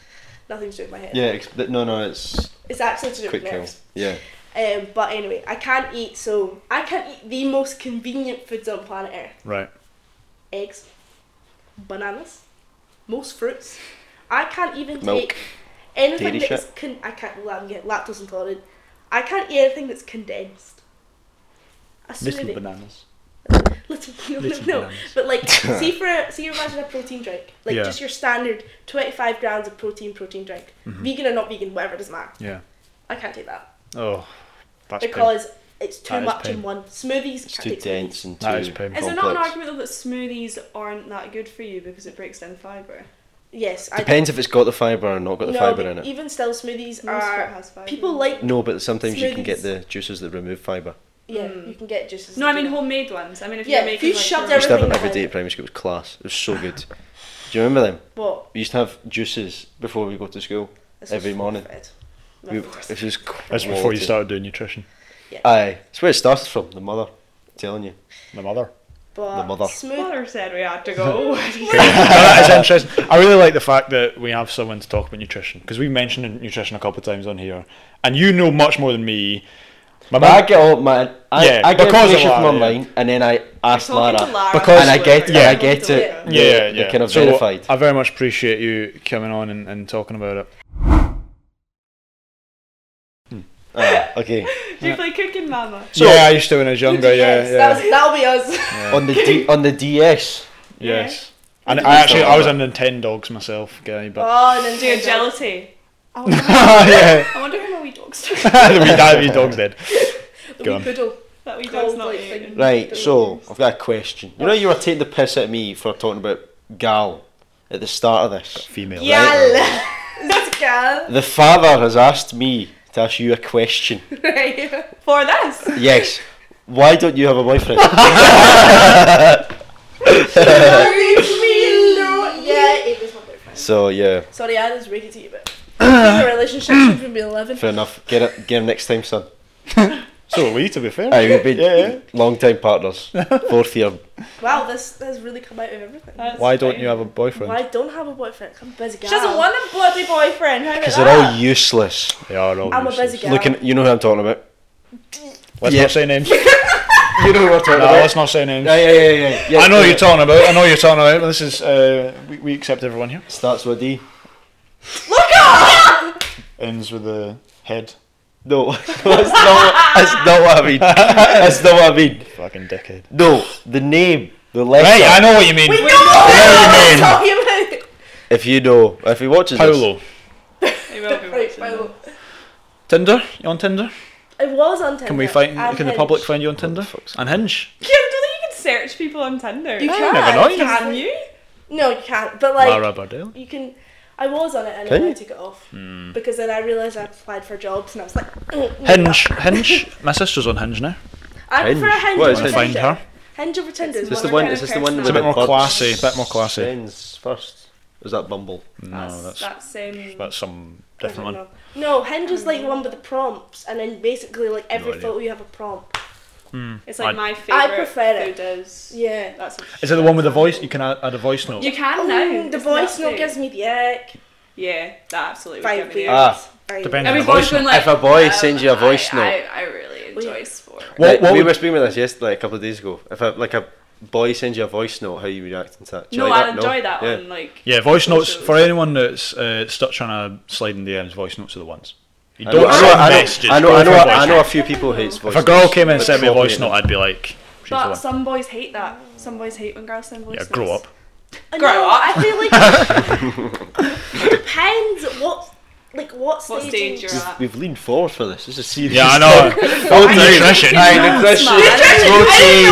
Speaker 3: Nothing to do with my head.
Speaker 2: yeah, ex- th- no, no, it's
Speaker 3: It's actually to do
Speaker 2: quick
Speaker 3: with
Speaker 2: kill.
Speaker 3: nerves.
Speaker 2: Yeah.
Speaker 3: Um, but anyway, I can't eat. So I can't eat the most convenient foods on planet Earth.
Speaker 1: Right.
Speaker 3: eggs, bananas, most fruits. I can't even
Speaker 2: Milk.
Speaker 3: take anything
Speaker 2: Dairy
Speaker 3: that's con- I can't. Well, I'm getting lactose intolerant. I can't eat anything that's condensed. I swear
Speaker 1: Little
Speaker 3: to-
Speaker 1: bananas.
Speaker 3: Little, no,
Speaker 1: little
Speaker 3: no, no.
Speaker 1: bananas.
Speaker 3: But like, see for a, see, imagine a protein drink, like
Speaker 1: Yeah.
Speaker 3: just your standard twenty-five grams of protein protein drink,
Speaker 2: Mm-hmm.
Speaker 3: vegan or not vegan, whatever doesn't matter.
Speaker 1: Yeah.
Speaker 3: I can't take that
Speaker 1: Oh, that's pain.
Speaker 3: because it's too
Speaker 1: That is
Speaker 3: much
Speaker 1: pain.
Speaker 3: in one. Smoothies
Speaker 2: It's
Speaker 3: can't
Speaker 2: too
Speaker 3: take smoothies.
Speaker 2: dense and too
Speaker 1: That is painful.
Speaker 4: Is there not an
Speaker 2: complex.
Speaker 4: argument though that smoothies aren't that good for you because it breaks down fibre?
Speaker 3: Yes, I
Speaker 2: Depends if it's got the fibre or not got the
Speaker 3: no,
Speaker 2: fibre
Speaker 3: but
Speaker 2: in it. Mm.
Speaker 3: Even still, smoothies
Speaker 4: Most fruit
Speaker 3: are
Speaker 4: has fibre.
Speaker 3: people like
Speaker 2: No, but sometimes you can get
Speaker 3: Smoothies.
Speaker 2: the juices that remove fibre.
Speaker 3: Yeah,
Speaker 4: Mm.
Speaker 3: you can get juices.
Speaker 4: No, I mean homemade ones. I mean if
Speaker 3: Yeah, if
Speaker 4: you're making
Speaker 3: you
Speaker 4: like
Speaker 3: shoved
Speaker 4: your-
Speaker 2: We used to have them
Speaker 3: Everything
Speaker 2: every
Speaker 3: in
Speaker 2: day
Speaker 3: it.
Speaker 2: at primary school. It was class. It was so good. Do you remember them?
Speaker 3: But
Speaker 2: We used to have juices before we go to school
Speaker 3: this
Speaker 2: every
Speaker 3: was
Speaker 2: morning.
Speaker 3: fed.
Speaker 2: We,
Speaker 3: Of course.
Speaker 2: it was
Speaker 1: That's before you
Speaker 2: quality.
Speaker 1: started doing nutrition.
Speaker 2: Aye, it's where it started from. The mother, I'm telling you.
Speaker 1: My mother.
Speaker 3: But
Speaker 2: the mother.
Speaker 3: Smooth.
Speaker 4: Mother said we had to go.
Speaker 1: that is interesting. I really like the fact that we have someone to talk about nutrition because we've mentioned nutrition a couple of times on here, and you know much more than me. My
Speaker 2: But I
Speaker 1: mum-
Speaker 2: get all my I,
Speaker 1: Yeah,
Speaker 2: I get
Speaker 1: because of
Speaker 2: information from
Speaker 1: Lara, yeah.
Speaker 2: online, and then I ask Lara,
Speaker 4: Talking to Lara
Speaker 1: Because-
Speaker 2: and I get
Speaker 4: Yeah.
Speaker 2: and I get it.
Speaker 4: Yeah.
Speaker 2: the-
Speaker 1: yeah, yeah,
Speaker 2: the kind of
Speaker 1: So, uh,
Speaker 2: verified.
Speaker 1: I very much appreciate you coming on and, and talking about it.
Speaker 2: Aye, Ah, okay,
Speaker 4: Do you play Cooking Mama?
Speaker 1: yeah, I used to when I was younger. Yeah,
Speaker 3: Yes,
Speaker 1: yeah.
Speaker 3: That was, that'll be us.
Speaker 2: on the D, on the DS,
Speaker 1: Yes. And
Speaker 2: Yeah.
Speaker 1: I actually, I was a Nintendogs myself guy, but
Speaker 3: Oh,
Speaker 4: Do you
Speaker 3: Nintendo.
Speaker 4: have jealousy?
Speaker 3: I wonder,
Speaker 1: yeah,
Speaker 4: I wonder who my wee dog's
Speaker 1: the wee, that wee dog's dead.
Speaker 3: the
Speaker 1: Go
Speaker 3: wee
Speaker 1: on.
Speaker 3: poodle.
Speaker 4: That wee dog's
Speaker 3: Cold,
Speaker 4: not
Speaker 3: like,
Speaker 4: eating.
Speaker 3: thing.
Speaker 2: Right, so I've got a question. You know, you were taking the piss at me for talking about gal at the start of this.
Speaker 1: Female.
Speaker 3: Yeah.
Speaker 2: Right?
Speaker 3: This girl.
Speaker 2: The father has asked me to ask you a question.
Speaker 3: Right.
Speaker 4: For this?
Speaker 2: Yes. Why don't you have a boyfriend?
Speaker 3: Leave me alone. Yeah, it was my boyfriend.
Speaker 2: so yeah,
Speaker 3: Sorry, I was ready to you, but our relationship should from be 11.
Speaker 2: fair enough. Get it. Get him next time, son.
Speaker 1: So are we, to be fair.
Speaker 2: Aye, we've been
Speaker 1: Yeah, yeah.
Speaker 2: long time partners. Fourth year.
Speaker 3: Wow, this has really come out of everything.
Speaker 4: That's
Speaker 1: Why don't you
Speaker 4: fine.
Speaker 1: have a boyfriend?
Speaker 3: Why don't have a boyfriend? I'm a busy gal.
Speaker 4: She doesn't want a bloody boyfriend. How about
Speaker 2: Because
Speaker 4: that?
Speaker 2: they're all useless.
Speaker 1: They are all
Speaker 3: I'm a
Speaker 1: useless.
Speaker 3: busy gal.
Speaker 2: Looking, you know who I'm talking about.
Speaker 1: Let's
Speaker 2: Yeah.
Speaker 1: not say names.
Speaker 2: You know who I'm
Speaker 1: no,
Speaker 2: talking
Speaker 1: let's not say names.
Speaker 2: Yeah, yeah, yeah, yeah, yeah.
Speaker 1: I know
Speaker 2: yeah.
Speaker 1: what you're talking about. I know what you're talking about. This is uh, we, we accept everyone here.
Speaker 2: Starts with E. a D.
Speaker 1: Ends with the head.
Speaker 2: No, that's not. What, that's not what I mean. That's not what I mean.
Speaker 1: Fucking dickhead.
Speaker 2: No, the name, the letter.
Speaker 1: Right, I know what you mean.
Speaker 3: We know
Speaker 1: I know what you mean.
Speaker 3: what you're talking
Speaker 2: If you know, if he watches this-
Speaker 1: Paolo.
Speaker 4: They will be
Speaker 3: about. Right,
Speaker 4: watching
Speaker 3: by the way.
Speaker 4: this.
Speaker 1: Tinder? You on Tinder?
Speaker 3: I was on Tinder.
Speaker 1: Can we find?
Speaker 3: and
Speaker 1: Can the
Speaker 3: Hinge.
Speaker 1: public find you on Tinder?
Speaker 2: fuck's
Speaker 1: And Hinge.
Speaker 4: Yeah, I don't think you can search people on Tinder.
Speaker 3: You
Speaker 1: I
Speaker 3: can.
Speaker 1: never know, you
Speaker 4: Can you?
Speaker 3: No, you can't. But like,
Speaker 1: Lara Bardell.
Speaker 3: you can. I was on it and
Speaker 2: Can
Speaker 3: I
Speaker 2: you?
Speaker 3: had to get off because then I realised I applied for jobs and I was like, mm, mm,
Speaker 1: Hinge. Hinge. My sister's on Hinge now.
Speaker 3: I prefer
Speaker 2: Hinge.
Speaker 3: Hinge.
Speaker 2: What
Speaker 3: over
Speaker 2: is
Speaker 1: Hinge? Find her.
Speaker 3: Hinge over Tinder.
Speaker 4: It's
Speaker 3: is
Speaker 2: Is this
Speaker 3: what
Speaker 2: the
Speaker 4: What
Speaker 2: one?
Speaker 4: kind
Speaker 2: Is
Speaker 4: of
Speaker 2: this the one?
Speaker 4: person
Speaker 2: with
Speaker 1: It's a bit
Speaker 2: the
Speaker 1: more
Speaker 2: birds?
Speaker 1: classy, bit more classy.
Speaker 2: Sends first. Or Is that Bumble?
Speaker 1: No, that's
Speaker 4: that same.
Speaker 1: that's some
Speaker 3: I don't
Speaker 1: different one.
Speaker 3: know. No, Hinge is like the one with the prompts, and then basically like every
Speaker 1: idea.
Speaker 3: photo you have a prompt.
Speaker 4: It's like
Speaker 1: I-
Speaker 4: my favorite.
Speaker 3: prefer it.
Speaker 4: Food is.
Speaker 3: Yeah.
Speaker 4: That's what
Speaker 1: Is it the one with the voice? You can add, add a voice note.
Speaker 4: You can now.
Speaker 3: Oh, the
Speaker 4: It's
Speaker 3: voice
Speaker 4: nasty.
Speaker 3: note gives me the ick.
Speaker 4: Yeah, that absolutely would
Speaker 3: Five
Speaker 4: give me.
Speaker 3: weeks.
Speaker 4: the ick.
Speaker 2: Ah.
Speaker 3: Five
Speaker 1: Depends
Speaker 3: weeks.
Speaker 1: on
Speaker 4: Every
Speaker 1: the voice
Speaker 4: boy's been
Speaker 1: note.
Speaker 4: like,
Speaker 2: If a boy
Speaker 4: um,
Speaker 2: sends you a voice
Speaker 4: I,
Speaker 2: note.
Speaker 4: I, I really enjoy sport.
Speaker 1: What-
Speaker 2: Like,
Speaker 1: what
Speaker 2: we
Speaker 1: would-
Speaker 2: were speaking about this yesterday, a couple of days ago. If a, like a boy sends you a voice note, how you reacting to that? Do you
Speaker 4: No,
Speaker 2: like
Speaker 4: I enjoy that
Speaker 2: Yeah.
Speaker 4: one. Like,
Speaker 1: Yeah, voice
Speaker 4: Voice
Speaker 1: notes
Speaker 4: notes.
Speaker 1: for anyone that's uh, stuck trying to slide in the DMs. Voice notes are the ones. You
Speaker 2: I
Speaker 1: don't
Speaker 2: know, I know,
Speaker 1: send
Speaker 2: I know,
Speaker 1: messages.
Speaker 2: I know,
Speaker 1: go
Speaker 2: I
Speaker 1: for
Speaker 2: know,
Speaker 1: voice
Speaker 2: I know a
Speaker 1: notes.
Speaker 2: few people hates voice
Speaker 1: If a girl
Speaker 2: notes.
Speaker 1: came in and
Speaker 2: Like,
Speaker 1: sent me a voice
Speaker 2: troll
Speaker 1: note,
Speaker 2: me.
Speaker 1: I'd be like, she's the
Speaker 4: but
Speaker 1: one.
Speaker 4: some boys hate that. Some boys hate when girls send voice
Speaker 1: Yeah,
Speaker 4: notes.
Speaker 1: grow up.
Speaker 3: I
Speaker 4: Grow
Speaker 3: know,
Speaker 4: up.
Speaker 3: I feel like it depends what, like what stage,
Speaker 4: What stage you're
Speaker 3: in-
Speaker 4: at?
Speaker 2: We've leaned forward for this. This is serious.
Speaker 1: Yeah, I know.
Speaker 2: Oh,
Speaker 1: Nutrition.
Speaker 2: Aye, nutrition.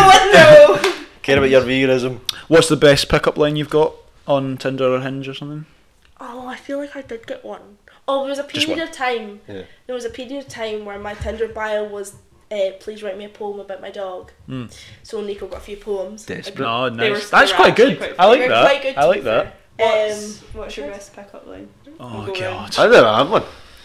Speaker 4: man. Nutrition.
Speaker 2: Protein.
Speaker 4: No.
Speaker 2: Care about your veganism.
Speaker 1: What's the best pickup line you've got on Tinder or Hinge or something?
Speaker 3: Oh, I feel like I did get one. Oh, there was a
Speaker 1: Just
Speaker 3: period
Speaker 1: one.
Speaker 3: of time.
Speaker 2: Yeah.
Speaker 3: There was a period of time where my Tinder bio was, uh, please write me a poem about my dog. So Nico got a few poems.
Speaker 2: Desperate.
Speaker 1: No,
Speaker 4: They were-
Speaker 1: nice. Hmm. That's
Speaker 4: they were
Speaker 1: quite
Speaker 4: actually
Speaker 1: good.
Speaker 4: quite
Speaker 1: I like
Speaker 3: They were
Speaker 1: that.
Speaker 3: quite good, to
Speaker 1: I
Speaker 3: be
Speaker 1: like that.
Speaker 3: fair. Um,
Speaker 4: What's, what's your best pickup line? We'll
Speaker 1: Oh
Speaker 4: go round.
Speaker 1: god.
Speaker 2: I never had one.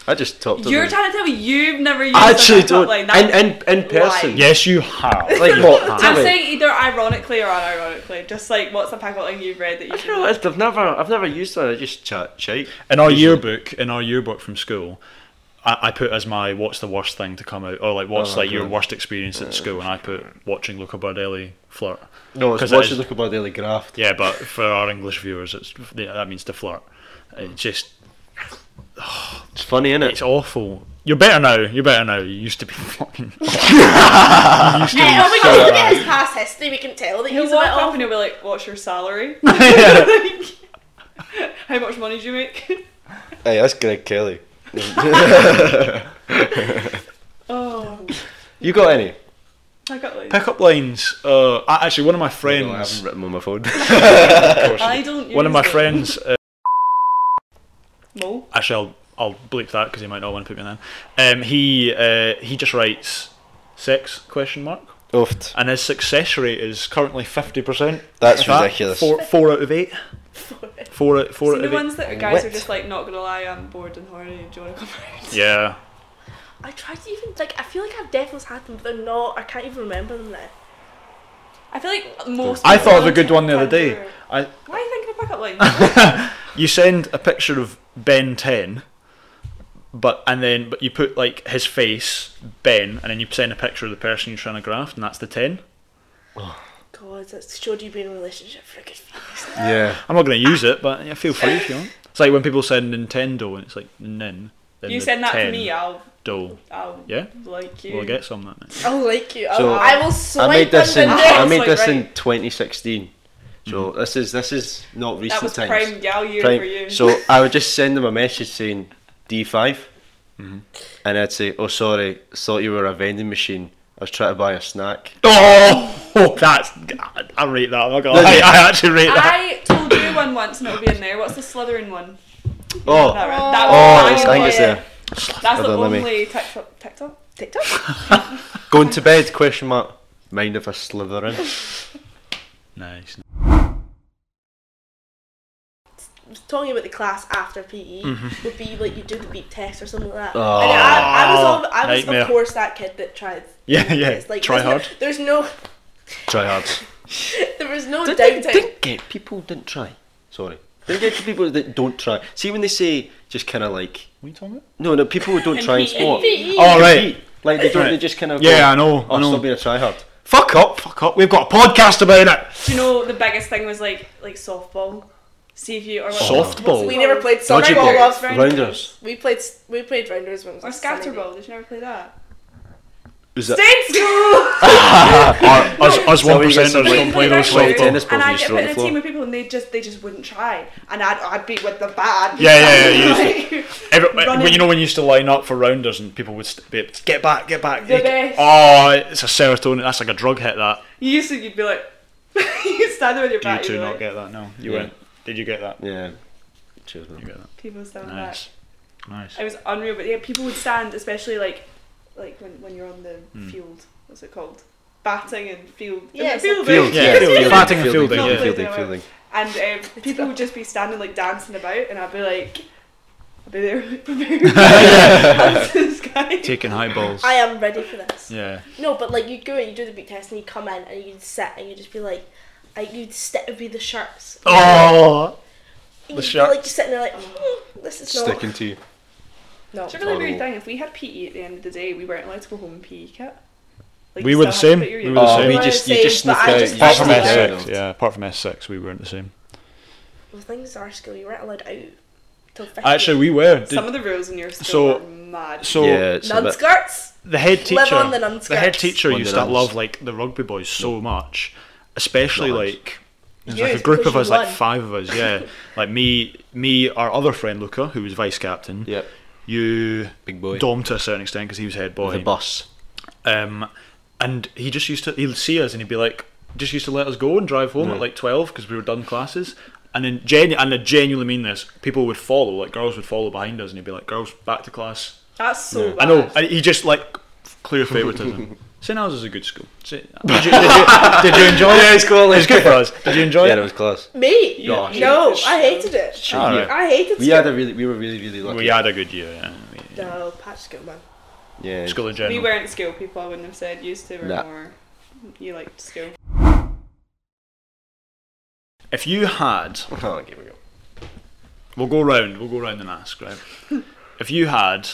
Speaker 2: I just topped up.
Speaker 4: You're
Speaker 2: with-
Speaker 4: trying to tell me you've never used
Speaker 2: I actually
Speaker 4: a pickup
Speaker 2: don't.
Speaker 4: line.
Speaker 2: In, in, in person.
Speaker 1: Yes, you have.
Speaker 2: Like what?
Speaker 4: I'm
Speaker 2: Tell me.
Speaker 4: saying either ironically or unironically. Just like, what's a pickup line you've read that
Speaker 2: I
Speaker 4: you've
Speaker 2: don't know. it's- I've never, I've never used one. I just chat shite.
Speaker 1: in our yearbook, in our yearbook from school, I, I put as my what's the worst thing to come out, or like what's
Speaker 2: Oh,
Speaker 1: like your
Speaker 2: God.
Speaker 1: worst experience at school, and I put watching Luca Bardelli flirt.
Speaker 2: No, it's
Speaker 1: 'Cause it
Speaker 2: watching
Speaker 1: is-
Speaker 2: Look About Daily Graft.
Speaker 1: Yeah, but for our English viewers, it's yeah, that means to flirt. It's just
Speaker 2: It's funny, innit?
Speaker 1: it's awful. You're better now. You're better now. You used to be fucking. you used to
Speaker 3: Hey, oh
Speaker 1: be
Speaker 3: my
Speaker 1: so
Speaker 3: god, look at
Speaker 1: bad.
Speaker 3: his past history. We can tell that
Speaker 4: He'll
Speaker 3: he's a
Speaker 4: walk
Speaker 3: bit
Speaker 4: up
Speaker 3: off.
Speaker 4: and he'll be like, "What's your salary?
Speaker 1: Yeah.
Speaker 4: How much money do you make?"
Speaker 2: Hey, that's Greg Kelly.
Speaker 4: oh,
Speaker 2: You got any?
Speaker 4: I got like.
Speaker 1: Pickup lines. Uh, a- actually, one of my
Speaker 2: No, I haven't
Speaker 1: friends.
Speaker 2: written 'em on my phone.
Speaker 4: I don't.
Speaker 1: One of
Speaker 4: use
Speaker 1: my
Speaker 4: it.
Speaker 1: friends. Uh,
Speaker 4: Mo.
Speaker 1: actually, I'll I'll bleep that because he might not want to put me in. Um, he uh, he just writes sex question mark,
Speaker 2: Oofed.
Speaker 1: and his success rate is currently fifty percent.
Speaker 2: That's ridiculous.
Speaker 1: Four, four out of eight. Four out, four
Speaker 4: See
Speaker 1: out
Speaker 4: the
Speaker 1: of eight.
Speaker 4: ones that guys are
Speaker 2: Wit.
Speaker 4: just like, "Not gonna lie, I'm bored and horny. Do you want to come round?"
Speaker 1: Yeah.
Speaker 3: I tried to even like. I feel like I've definitely had them, but they're not. I can't even remember them now.
Speaker 4: I feel like most.
Speaker 1: I
Speaker 4: people
Speaker 1: thought of a
Speaker 4: on
Speaker 1: good one the other day.
Speaker 4: Tinder-
Speaker 1: I
Speaker 4: Why are you thinking of pickup lines?
Speaker 1: you send a picture of Ben Ten, but and then but you put like his face Ben, and then you send a picture of the person you're trying to graft, and that's the ten.
Speaker 3: God, that showed you being in a relationship for a good.
Speaker 2: Yeah.
Speaker 1: I'm not going to use it, but yeah, feel free if you want. It's like when people send Nintendo, and it's like nin. Then
Speaker 4: you
Speaker 1: the
Speaker 4: send that
Speaker 1: 10
Speaker 4: to me, I'll,
Speaker 1: Do.
Speaker 4: I'll
Speaker 1: Yeah.
Speaker 4: like you.
Speaker 1: We'll get some that night.
Speaker 3: I'll like you.
Speaker 2: So,
Speaker 3: I'll, I will
Speaker 2: I
Speaker 3: swipe
Speaker 2: made this in
Speaker 3: on the
Speaker 4: Tinder.
Speaker 2: I
Speaker 3: next.
Speaker 2: made
Speaker 4: Like,
Speaker 2: this
Speaker 4: right.
Speaker 2: in 2016. So this is this is not recent
Speaker 4: That was
Speaker 2: times.
Speaker 4: prime gal year
Speaker 2: Prime.
Speaker 4: for you.
Speaker 2: So I would just send them a message saying D5, and I'd say, "Oh, sorry, thought you were a vending machine. I was trying to buy a snack."
Speaker 1: Oh, that's. I rate that. I'm not gonna lie. I actually rate that.
Speaker 4: I told you one once and it'll be in there. What's the Slytherin one?
Speaker 2: Oh,
Speaker 4: That,
Speaker 2: oh,
Speaker 4: right? that
Speaker 2: oh
Speaker 4: was
Speaker 2: it's,
Speaker 4: my
Speaker 2: I think it's
Speaker 4: idea.
Speaker 2: there.
Speaker 4: That's
Speaker 2: Hold
Speaker 4: the
Speaker 2: on, let me-
Speaker 4: only TikTok. TikTok? TikTok?
Speaker 2: Going to bed? Question mark. Mind if I slither in?
Speaker 1: Nice.
Speaker 3: talking about the class after PE
Speaker 1: Mm-hmm.
Speaker 3: would be like you do the beep test or something like that.
Speaker 2: Oh.
Speaker 3: and I, I was, all, I was
Speaker 1: Ah, Nightmare.
Speaker 3: of course that kid that tried.
Speaker 1: Yeah, yeah.
Speaker 3: It's Like,
Speaker 1: Try
Speaker 3: there's
Speaker 1: hard.
Speaker 3: No, there's no,
Speaker 2: Try hard.
Speaker 3: there was no
Speaker 2: Didn't,
Speaker 3: downtime.
Speaker 2: didn't get people didn't try. Sorry. Didn't get people that don't try. See when they say just kind of like
Speaker 1: What are you talking about?
Speaker 2: no no people who don't try in
Speaker 4: PE.
Speaker 2: sport.
Speaker 3: E
Speaker 1: Oh,
Speaker 2: Compete.
Speaker 1: right.
Speaker 2: Like they don't.
Speaker 1: Right.
Speaker 2: They just kind of.
Speaker 1: Yeah, I know,
Speaker 2: Oh,
Speaker 1: I know.
Speaker 2: stop being a tryhard.
Speaker 1: Fuck up, fuck up. We've got a podcast about it.
Speaker 4: Do you know the biggest thing was like like softball? See if you or what-
Speaker 1: Softball?
Speaker 3: We never played soccer
Speaker 2: Dodgy
Speaker 3: ball.
Speaker 2: ball.
Speaker 3: love rounders.
Speaker 2: Rounders.
Speaker 3: We played s- we played rounders when it was
Speaker 4: Or
Speaker 3: on Sunday.
Speaker 4: scatterball? Did you never play that?
Speaker 2: Is that?
Speaker 4: State school.
Speaker 1: us, us
Speaker 2: So
Speaker 1: one
Speaker 2: we get
Speaker 1: percenters
Speaker 2: some
Speaker 1: don't
Speaker 2: like-
Speaker 1: play those
Speaker 2: like
Speaker 1: softball.
Speaker 2: tennis balls and
Speaker 4: and I'd
Speaker 2: you just
Speaker 4: get
Speaker 2: throw it
Speaker 4: put
Speaker 2: on
Speaker 4: in a
Speaker 2: the floor.
Speaker 4: team of people and they just they just wouldn't try, and I'd I'd beat with the bad.
Speaker 1: Yeah, yeah, yeah, you
Speaker 4: yeah.
Speaker 1: Every, when,
Speaker 4: Running.
Speaker 1: you know when you used to line up for rounders and people would st- be like, get back, get back.
Speaker 4: The
Speaker 1: You-
Speaker 4: best.
Speaker 1: Oh, it's a serotonin. That's like a drug hit. That
Speaker 4: you used to you'd be like you stand there with your
Speaker 1: you
Speaker 4: back.
Speaker 1: two
Speaker 4: you'd be
Speaker 1: not
Speaker 4: like,
Speaker 1: get that. No, you
Speaker 2: Yeah.
Speaker 1: went. Did you get that?
Speaker 2: Yeah. Cheers.
Speaker 1: You got that.
Speaker 4: people stand back.
Speaker 1: Nice, nice.
Speaker 4: It was unreal, but yeah, people would stand, especially like like when, when you're on the
Speaker 1: Hmm.
Speaker 4: field. What's it called? Batting and field. Is it
Speaker 3: Yeah, it's
Speaker 4: field,
Speaker 2: Field,
Speaker 4: right?
Speaker 1: Yeah,
Speaker 2: yeah,
Speaker 1: field,
Speaker 2: fielding,
Speaker 1: batting and
Speaker 2: fielding,
Speaker 1: fielding,
Speaker 2: fielding,
Speaker 1: yeah.
Speaker 2: fielding,
Speaker 4: Yeah.
Speaker 2: fielding.
Speaker 4: And um, people would just be standing like dancing about, and I'd be like, I'd be there like prepared. this guy.
Speaker 1: Taking high balls.
Speaker 3: I am ready for this.
Speaker 1: yeah.
Speaker 3: No, but like you go and you do the beep test and you come in and you'd sit and you'd just be like, like you'd sit with the sharks.
Speaker 1: Oh,
Speaker 3: you'd be
Speaker 1: sharks.
Speaker 3: like you're sitting there like, "Mm, this is not
Speaker 2: Sticking to you.
Speaker 3: no.
Speaker 4: It's a really
Speaker 1: Oh.
Speaker 4: weird
Speaker 2: Horrible.
Speaker 4: thing. If we had PE at the end of the day, we weren't allowed to go home and PE kit. Like,
Speaker 1: We
Speaker 4: you
Speaker 1: were the
Speaker 4: still had
Speaker 1: same.
Speaker 4: to put your
Speaker 1: We were the
Speaker 2: Oh,
Speaker 1: same.
Speaker 2: we
Speaker 3: We're
Speaker 2: just
Speaker 3: the
Speaker 2: you just
Speaker 3: same,
Speaker 2: sneak
Speaker 3: but I
Speaker 2: out.
Speaker 3: just-
Speaker 2: you
Speaker 3: I
Speaker 1: apart from
Speaker 2: sneak
Speaker 3: just-
Speaker 2: out.
Speaker 1: S6. Yeah, apart from S6, we weren't the same.
Speaker 3: Well, things are school. You weren't allowed out till 15.
Speaker 1: Actually, we were. Did-
Speaker 4: Some of the rules in your school
Speaker 1: So-
Speaker 4: so, were mad.
Speaker 1: so
Speaker 2: Yeah, it's a
Speaker 3: nun
Speaker 2: bit.
Speaker 3: skirts.
Speaker 1: the head teacher,
Speaker 3: Live on the nun
Speaker 1: the head
Speaker 3: skirts.
Speaker 1: teacher
Speaker 2: On the
Speaker 1: used to
Speaker 2: nuns.
Speaker 1: love like the rugby boys so much, especially
Speaker 2: Nuns.
Speaker 1: like there's
Speaker 3: You,
Speaker 1: like a
Speaker 3: it's
Speaker 1: group
Speaker 3: because
Speaker 1: of
Speaker 3: you
Speaker 1: us, like
Speaker 3: won.
Speaker 1: five of us, yeah, like me, me, our other friend Luca, who was vice captain,
Speaker 2: Yep.
Speaker 1: you,
Speaker 2: Big boy.
Speaker 1: Dom to a certain extent because he was head boy,
Speaker 2: The bus.
Speaker 1: um, and he just used to he'd see us and he'd be like, just used to let us go and drive home at like twelve because we were done classes. And then genu- and I genuinely mean this, people would follow, like girls would follow behind us, and he'd be like, "Girls, back to class."
Speaker 4: That's so bad.
Speaker 1: I know. And he just like clear favouritism. St Albans is a good school. St- Did you, did you- did you enjoy it?
Speaker 2: it's cool.
Speaker 1: It was good for us. Did you enjoy
Speaker 2: Yeah,
Speaker 1: it?
Speaker 2: it was class.
Speaker 3: Me?
Speaker 2: Yeah, she-
Speaker 3: no, I hated it.
Speaker 1: All right.
Speaker 3: I hated
Speaker 2: We
Speaker 3: school.
Speaker 2: had a really, we were really, really lucky.
Speaker 1: We had a good year. Yeah.
Speaker 3: no, patch school, man.
Speaker 2: yeah.
Speaker 1: School in
Speaker 4: We
Speaker 1: general.
Speaker 4: weren't school people, I wouldn't have said. Used to were
Speaker 2: Nah.
Speaker 4: more. You liked school.
Speaker 1: If you had,
Speaker 2: Oh, here we go.
Speaker 1: we'll go round. We'll go round and ask. Right. if you had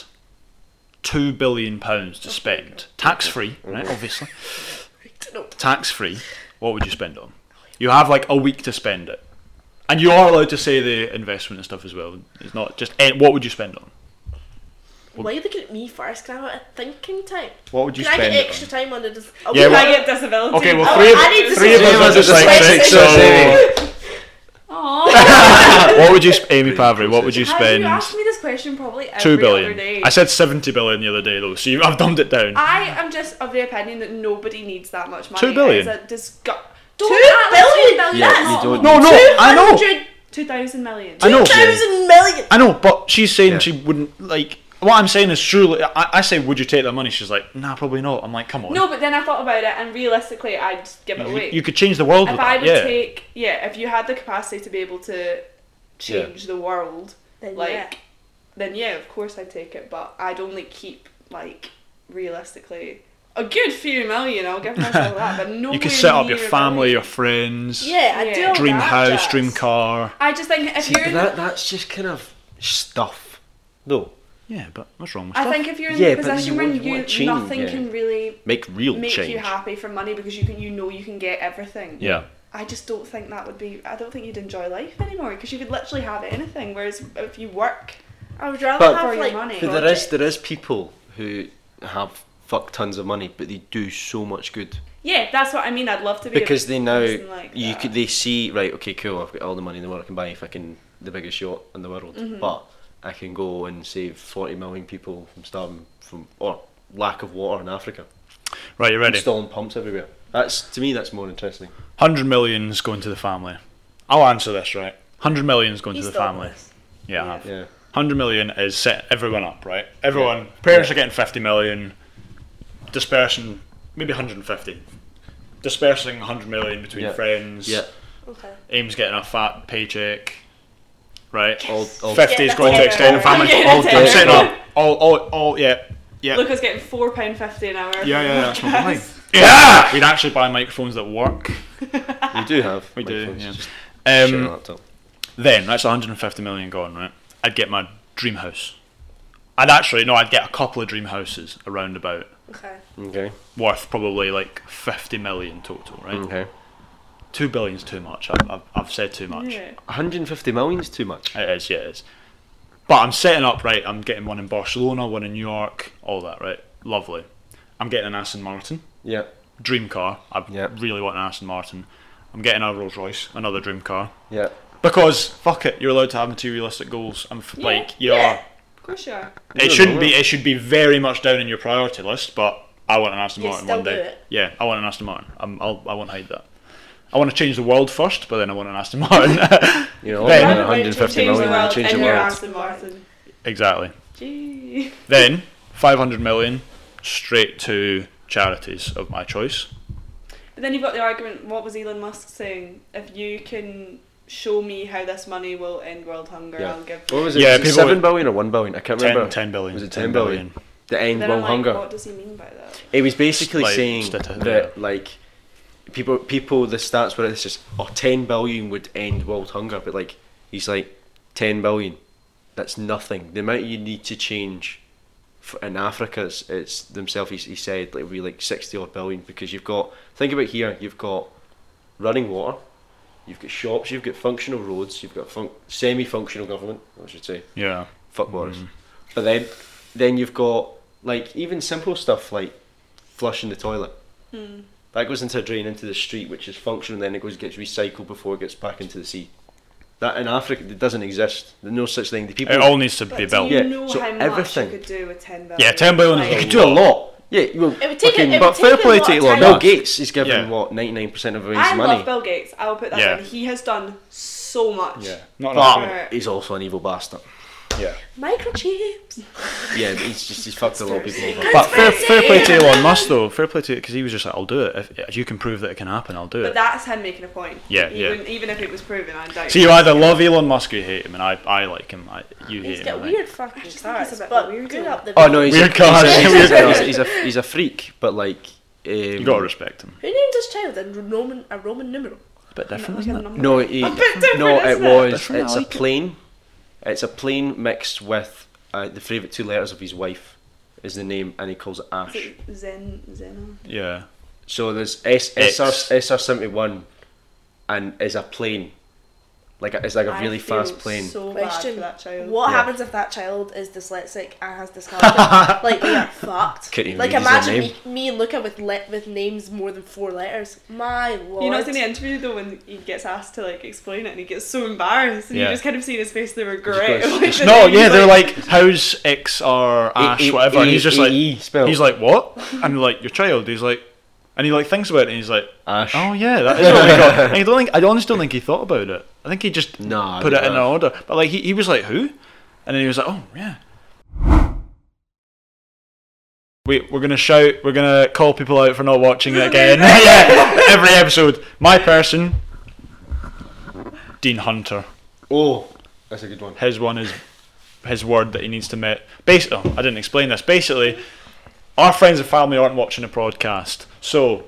Speaker 1: two billion pounds to spend, tax free, right? Obviously, tax free. What would you spend on? You have like a week to spend it, and you are allowed to say the investment and stuff as well. It's not just eh, what would you spend on.
Speaker 3: Why are you looking at me first? Can I have a thinking time?
Speaker 1: What would you
Speaker 3: Can I
Speaker 1: spend
Speaker 3: get
Speaker 1: it
Speaker 3: extra time under this? Oh,
Speaker 1: Yeah,
Speaker 3: can
Speaker 1: well-
Speaker 4: I get disability.
Speaker 1: Okay, well,
Speaker 4: Oh,
Speaker 1: three of,
Speaker 3: I need to
Speaker 1: three of
Speaker 3: say-
Speaker 1: us are just
Speaker 3: Three
Speaker 1: like
Speaker 3: of us are
Speaker 1: six,
Speaker 3: just
Speaker 1: so...
Speaker 3: like
Speaker 4: Aw.
Speaker 1: what would you, sp- Amy Pavery, what would you
Speaker 4: How do you
Speaker 1: spend?
Speaker 4: asked me this question probably every
Speaker 1: Two
Speaker 4: other day. Ah,
Speaker 1: billion. I said 70 billion the other day, though, so you, I've dumbed it down.
Speaker 4: I am just of the opinion that nobody needs that much money.
Speaker 1: Two billion?
Speaker 4: It's a disgu-
Speaker 3: Two
Speaker 4: Don't act like
Speaker 3: billion?
Speaker 4: Two billion.
Speaker 2: Yeah,
Speaker 4: that's
Speaker 2: you
Speaker 4: not
Speaker 2: don't-
Speaker 4: much.
Speaker 1: no, no, I know.
Speaker 3: 200
Speaker 4: Two thousand million.
Speaker 1: I know.
Speaker 3: 2,000 million.
Speaker 1: I know, but she's saying
Speaker 2: Yeah.
Speaker 1: she wouldn't, like... What I'm saying is surely... I, I say, would you take that money? She's like, nah, probably not. I'm like, come on.
Speaker 4: No, but then I thought about it, and realistically, I'd give it
Speaker 1: you,
Speaker 4: away.
Speaker 1: you could change the world
Speaker 4: if
Speaker 1: with
Speaker 4: I
Speaker 1: that,
Speaker 4: would
Speaker 1: yeah.
Speaker 4: take, yeah, if you had the capacity to be able to change the world,
Speaker 3: Then
Speaker 4: like,
Speaker 3: yeah.
Speaker 4: then yeah, of course I'd take it. But I'd only keep like realistically a good few million. I'll give myself that, but no.
Speaker 1: you could set up your family, your friends,
Speaker 3: Yeah, I do.
Speaker 4: Yeah.
Speaker 3: all
Speaker 1: dream
Speaker 3: that
Speaker 1: house,
Speaker 3: jazz.
Speaker 1: dream car.
Speaker 4: I just think if
Speaker 2: See,
Speaker 4: you're
Speaker 2: but
Speaker 4: in
Speaker 2: that, that's just kind of stuff. No,
Speaker 1: Yeah, but what's wrong with
Speaker 4: I
Speaker 1: that?
Speaker 4: think if you're in
Speaker 2: Yeah,
Speaker 4: the
Speaker 2: but then
Speaker 4: position
Speaker 2: you
Speaker 4: when
Speaker 2: want- you
Speaker 4: you
Speaker 2: want change,
Speaker 4: nothing
Speaker 2: yeah.
Speaker 4: can really
Speaker 2: make real
Speaker 4: make
Speaker 2: change.
Speaker 4: you happy for money because you can you know you can get everything.
Speaker 1: Yeah.
Speaker 4: I just don't think that would be. I don't think you'd enjoy life anymore because you could literally have anything. Whereas if you work,
Speaker 3: I would rather
Speaker 2: But-
Speaker 3: have
Speaker 4: For your
Speaker 3: like.
Speaker 4: money.
Speaker 2: But there is there is people who have fuck tons of money, but they do so much good.
Speaker 4: Yeah, that's what I mean. I'd love to be a
Speaker 2: because they now
Speaker 4: person like
Speaker 2: you
Speaker 4: that.
Speaker 2: could they see right okay cool I've got all the money in the world I can buy fucking the biggest yacht in the world
Speaker 4: Mm-hmm.
Speaker 2: but I can go and save forty million people from starving from or lack of water in Africa
Speaker 1: Right, you ready?
Speaker 2: installing pumps everywhere that's to me that's more interesting
Speaker 1: 100 million's going to the family. I'll answer this, right? 100 million's going
Speaker 3: He's
Speaker 1: to the
Speaker 3: still
Speaker 1: family.
Speaker 3: homeless.
Speaker 1: Yeah, I have.
Speaker 2: yeah
Speaker 1: 100 million is set everyone up, right? Everyone, parents are getting 50 million, dispersing maybe 150. Dispersing 100 million between
Speaker 2: Yeah.
Speaker 1: friends.
Speaker 2: yeah
Speaker 3: Okay.
Speaker 1: Aim's getting a fat paycheck, right?
Speaker 2: all, all
Speaker 1: 50 is
Speaker 3: Yeah,
Speaker 1: going to
Speaker 3: that's
Speaker 1: extended
Speaker 3: it.
Speaker 1: family.
Speaker 4: Yeah,
Speaker 1: All
Speaker 4: that's
Speaker 1: I'm
Speaker 4: it.
Speaker 1: setting up. All, all, all, yeah. Yeah.
Speaker 4: Luca's getting four pound fifty an hour.
Speaker 1: yeah, yeah, that's
Speaker 4: for
Speaker 1: my
Speaker 4: podcasts.
Speaker 1: line. Yeah! We'd actually buy microphones that work.
Speaker 2: we do have
Speaker 1: We do,
Speaker 2: microphones,
Speaker 1: yeah.
Speaker 2: just share a
Speaker 1: Um,
Speaker 2: laptop
Speaker 1: then that's 150 million gone, right? I'd get my dream house. I'd actually no, I'd get a couple of dream houses around about
Speaker 3: Okay.
Speaker 2: okay
Speaker 1: worth probably like 50 million total, right?
Speaker 2: okay
Speaker 1: Two billion's too much. I've, I've, I've said too much.
Speaker 4: Yeah.
Speaker 2: 150 million is too much
Speaker 1: It is, yeah, it is. But I'm setting up right. I'm getting one in Barcelona, one in New York, all that, right? Lovely. I'm getting an Aston Martin,
Speaker 2: yeah
Speaker 1: dream car. I
Speaker 2: Yeah.
Speaker 1: really want an Aston Martin. I'm getting a Rolls Royce, another dream car.
Speaker 2: yeah
Speaker 1: Because fuck it, you're allowed to have materialistic goals. I'm f-
Speaker 4: Yeah,
Speaker 1: like you
Speaker 4: yeah.
Speaker 1: are.
Speaker 4: Of course you are.
Speaker 1: It shouldn't be. It should be very much down in your priority list. But I want an Aston
Speaker 3: You
Speaker 1: Martin
Speaker 3: still
Speaker 1: one day.
Speaker 3: do it.
Speaker 1: Yeah, I want an Aston Martin. I'm, I'll, I won't hide that. I want to change the world first, but then I want an Aston Martin.
Speaker 2: you know
Speaker 1: Then-
Speaker 2: all
Speaker 1: Rather
Speaker 2: that 150
Speaker 4: Change the
Speaker 2: million
Speaker 4: world
Speaker 2: change the
Speaker 4: and your
Speaker 2: world
Speaker 4: Aston Martin.
Speaker 1: exactly.
Speaker 4: Gee.
Speaker 1: Then 500 million straight to charities of my choice.
Speaker 4: But then you've got the argument. What was Elon Musk saying? If you can show me how this money will end world hunger,
Speaker 2: Yeah.
Speaker 4: I'll give.
Speaker 2: what was it
Speaker 1: Yeah,
Speaker 2: was it
Speaker 1: people
Speaker 2: 7 billion or 1 billion I can't
Speaker 1: 10,
Speaker 2: remember
Speaker 1: 10 billion.
Speaker 2: was it 10 billion? the end
Speaker 4: Then
Speaker 2: world
Speaker 4: I'm like,
Speaker 2: hunger
Speaker 4: what does he mean by that?
Speaker 2: It was basically
Speaker 1: Like,
Speaker 2: saying
Speaker 1: stati-
Speaker 2: that like people people the stats were it's just oh 10 billion would end world hunger, but like he's like ten billion, that's nothing. The amount you need to change for, in Africa, it's, it's themselves. He, he said like we like sixty odd billion because you've got think about here you've got running water, you've got shops, you've got functional roads, you've got func- semi-functional government, I should say
Speaker 1: Yeah.
Speaker 2: fuck Boris.
Speaker 1: Mm.
Speaker 2: But then, then you've got like even simple stuff like flushing the toilet.
Speaker 3: Hmm.
Speaker 2: That goes into a drain into the street, which is functional. Then it goes gets recycled before it gets back into the sea. That in Africa it doesn't exist. There's no such thing. The people
Speaker 1: It all needs to be
Speaker 4: But
Speaker 1: built.
Speaker 4: do you
Speaker 2: Yeah,
Speaker 4: know
Speaker 2: so
Speaker 4: how much
Speaker 2: everything-
Speaker 4: you could do with ten billion?
Speaker 1: Yeah, 10 billion is
Speaker 2: you
Speaker 4: Like,
Speaker 2: could do a lot. Yeah, you will,
Speaker 3: It would take a-
Speaker 2: fucking-
Speaker 3: it would
Speaker 2: but
Speaker 3: take
Speaker 2: fair
Speaker 3: a
Speaker 2: play
Speaker 3: lot
Speaker 2: to
Speaker 3: of
Speaker 2: Elon.
Speaker 3: time.
Speaker 2: Bill Gates is giving
Speaker 1: Yeah.
Speaker 2: what 99% of his
Speaker 4: I
Speaker 2: money.
Speaker 4: love Bill Gates. I'll put that
Speaker 1: Yeah.
Speaker 4: in. He has done so much.
Speaker 1: Yeah. Not enough.
Speaker 2: but he's also an evil bastard.
Speaker 1: Yeah.
Speaker 3: Microchips.
Speaker 2: Yeah, he's just he's fucked a lot of people over.
Speaker 1: But fair, fair play to Elon Musk though. Fair play to because he was just like, I'll do it. If, if you can prove that it can happen, I'll do it.
Speaker 4: But that's him making a point.
Speaker 1: Yeah, yeah.
Speaker 4: even, Even if it was proven, I doubt.
Speaker 1: So you either love Elon Musk or you hate him, and I, I like him. I, you hate
Speaker 3: He's
Speaker 1: him.
Speaker 3: got
Speaker 1: I think.
Speaker 3: weird fucking
Speaker 4: think
Speaker 3: cars,
Speaker 4: he's a bit
Speaker 3: but
Speaker 4: weirdo.
Speaker 3: good up the.
Speaker 2: Oh no, he's
Speaker 1: Weird
Speaker 2: a,
Speaker 1: cars,
Speaker 2: He's a,
Speaker 1: weird
Speaker 2: he's, a,
Speaker 1: cars.
Speaker 2: he's, a, he's a freak, but like um,
Speaker 1: You gotta respect him.
Speaker 3: Who named his child a Roman a Roman numeral?
Speaker 1: It's a bit different,
Speaker 4: Like a
Speaker 1: isn't it?
Speaker 4: number.
Speaker 2: No, it,
Speaker 4: A bit different,
Speaker 2: no, it
Speaker 4: isn't it?
Speaker 2: was.
Speaker 1: Different, I
Speaker 2: It's a
Speaker 1: like it.
Speaker 2: plane. It's a plane mixed with uh, the favourite two letters of his wife is the name, and he calls it
Speaker 4: Is
Speaker 2: Ash.
Speaker 4: it Zen Zeno.
Speaker 1: Yeah.
Speaker 2: So there's S,
Speaker 1: X.
Speaker 2: SR SR seventy one, and is a plane, like a, it's like a
Speaker 4: I
Speaker 2: really
Speaker 4: feel
Speaker 2: fast plane.
Speaker 4: So
Speaker 3: Question:
Speaker 4: bad for that child.
Speaker 3: What
Speaker 2: Yeah.
Speaker 3: happens if that child is dyslexic and has dyscalculia? like we are fucked.
Speaker 2: Couldn't even
Speaker 3: like
Speaker 2: read his own
Speaker 3: imagine
Speaker 2: name.
Speaker 3: me, me and Luca with le- with names more than four letters. My lord.
Speaker 4: You know, it's in the interview though when he gets asked to like explain it and he gets so embarrassed and
Speaker 1: Yeah.
Speaker 4: you just kind of see his face the
Speaker 2: Just
Speaker 4: regret.
Speaker 2: goes-
Speaker 4: of,
Speaker 2: just-
Speaker 4: the
Speaker 1: No,
Speaker 4: name.
Speaker 1: yeah,
Speaker 4: He's
Speaker 1: they're like, how's X or
Speaker 2: A-
Speaker 1: Ash,
Speaker 2: A-
Speaker 1: whatever? and
Speaker 2: A-
Speaker 1: he's just
Speaker 2: A-
Speaker 1: like,
Speaker 2: E spelled.
Speaker 1: he's like, what? And they're like, your child. He's like, and he like thinks about it, and he's like,
Speaker 2: Ash.
Speaker 1: oh yeah, that is what we got. And I don't think, I honestly don't think he thought about it. I think he just
Speaker 2: Nah, I
Speaker 1: put it
Speaker 2: don't
Speaker 1: in
Speaker 2: know.
Speaker 1: order. But like, he, he was like, who? And then he was like, oh yeah. We, we're gonna shout. We're gonna call people out for not watching it again. yeah, every episode. My person, Dean Hunter.
Speaker 2: Oh, that's a good one.
Speaker 1: his one is his word that he needs to met. Basically, oh, I didn't explain this. Basically, our friends and family aren't watching the podcast, so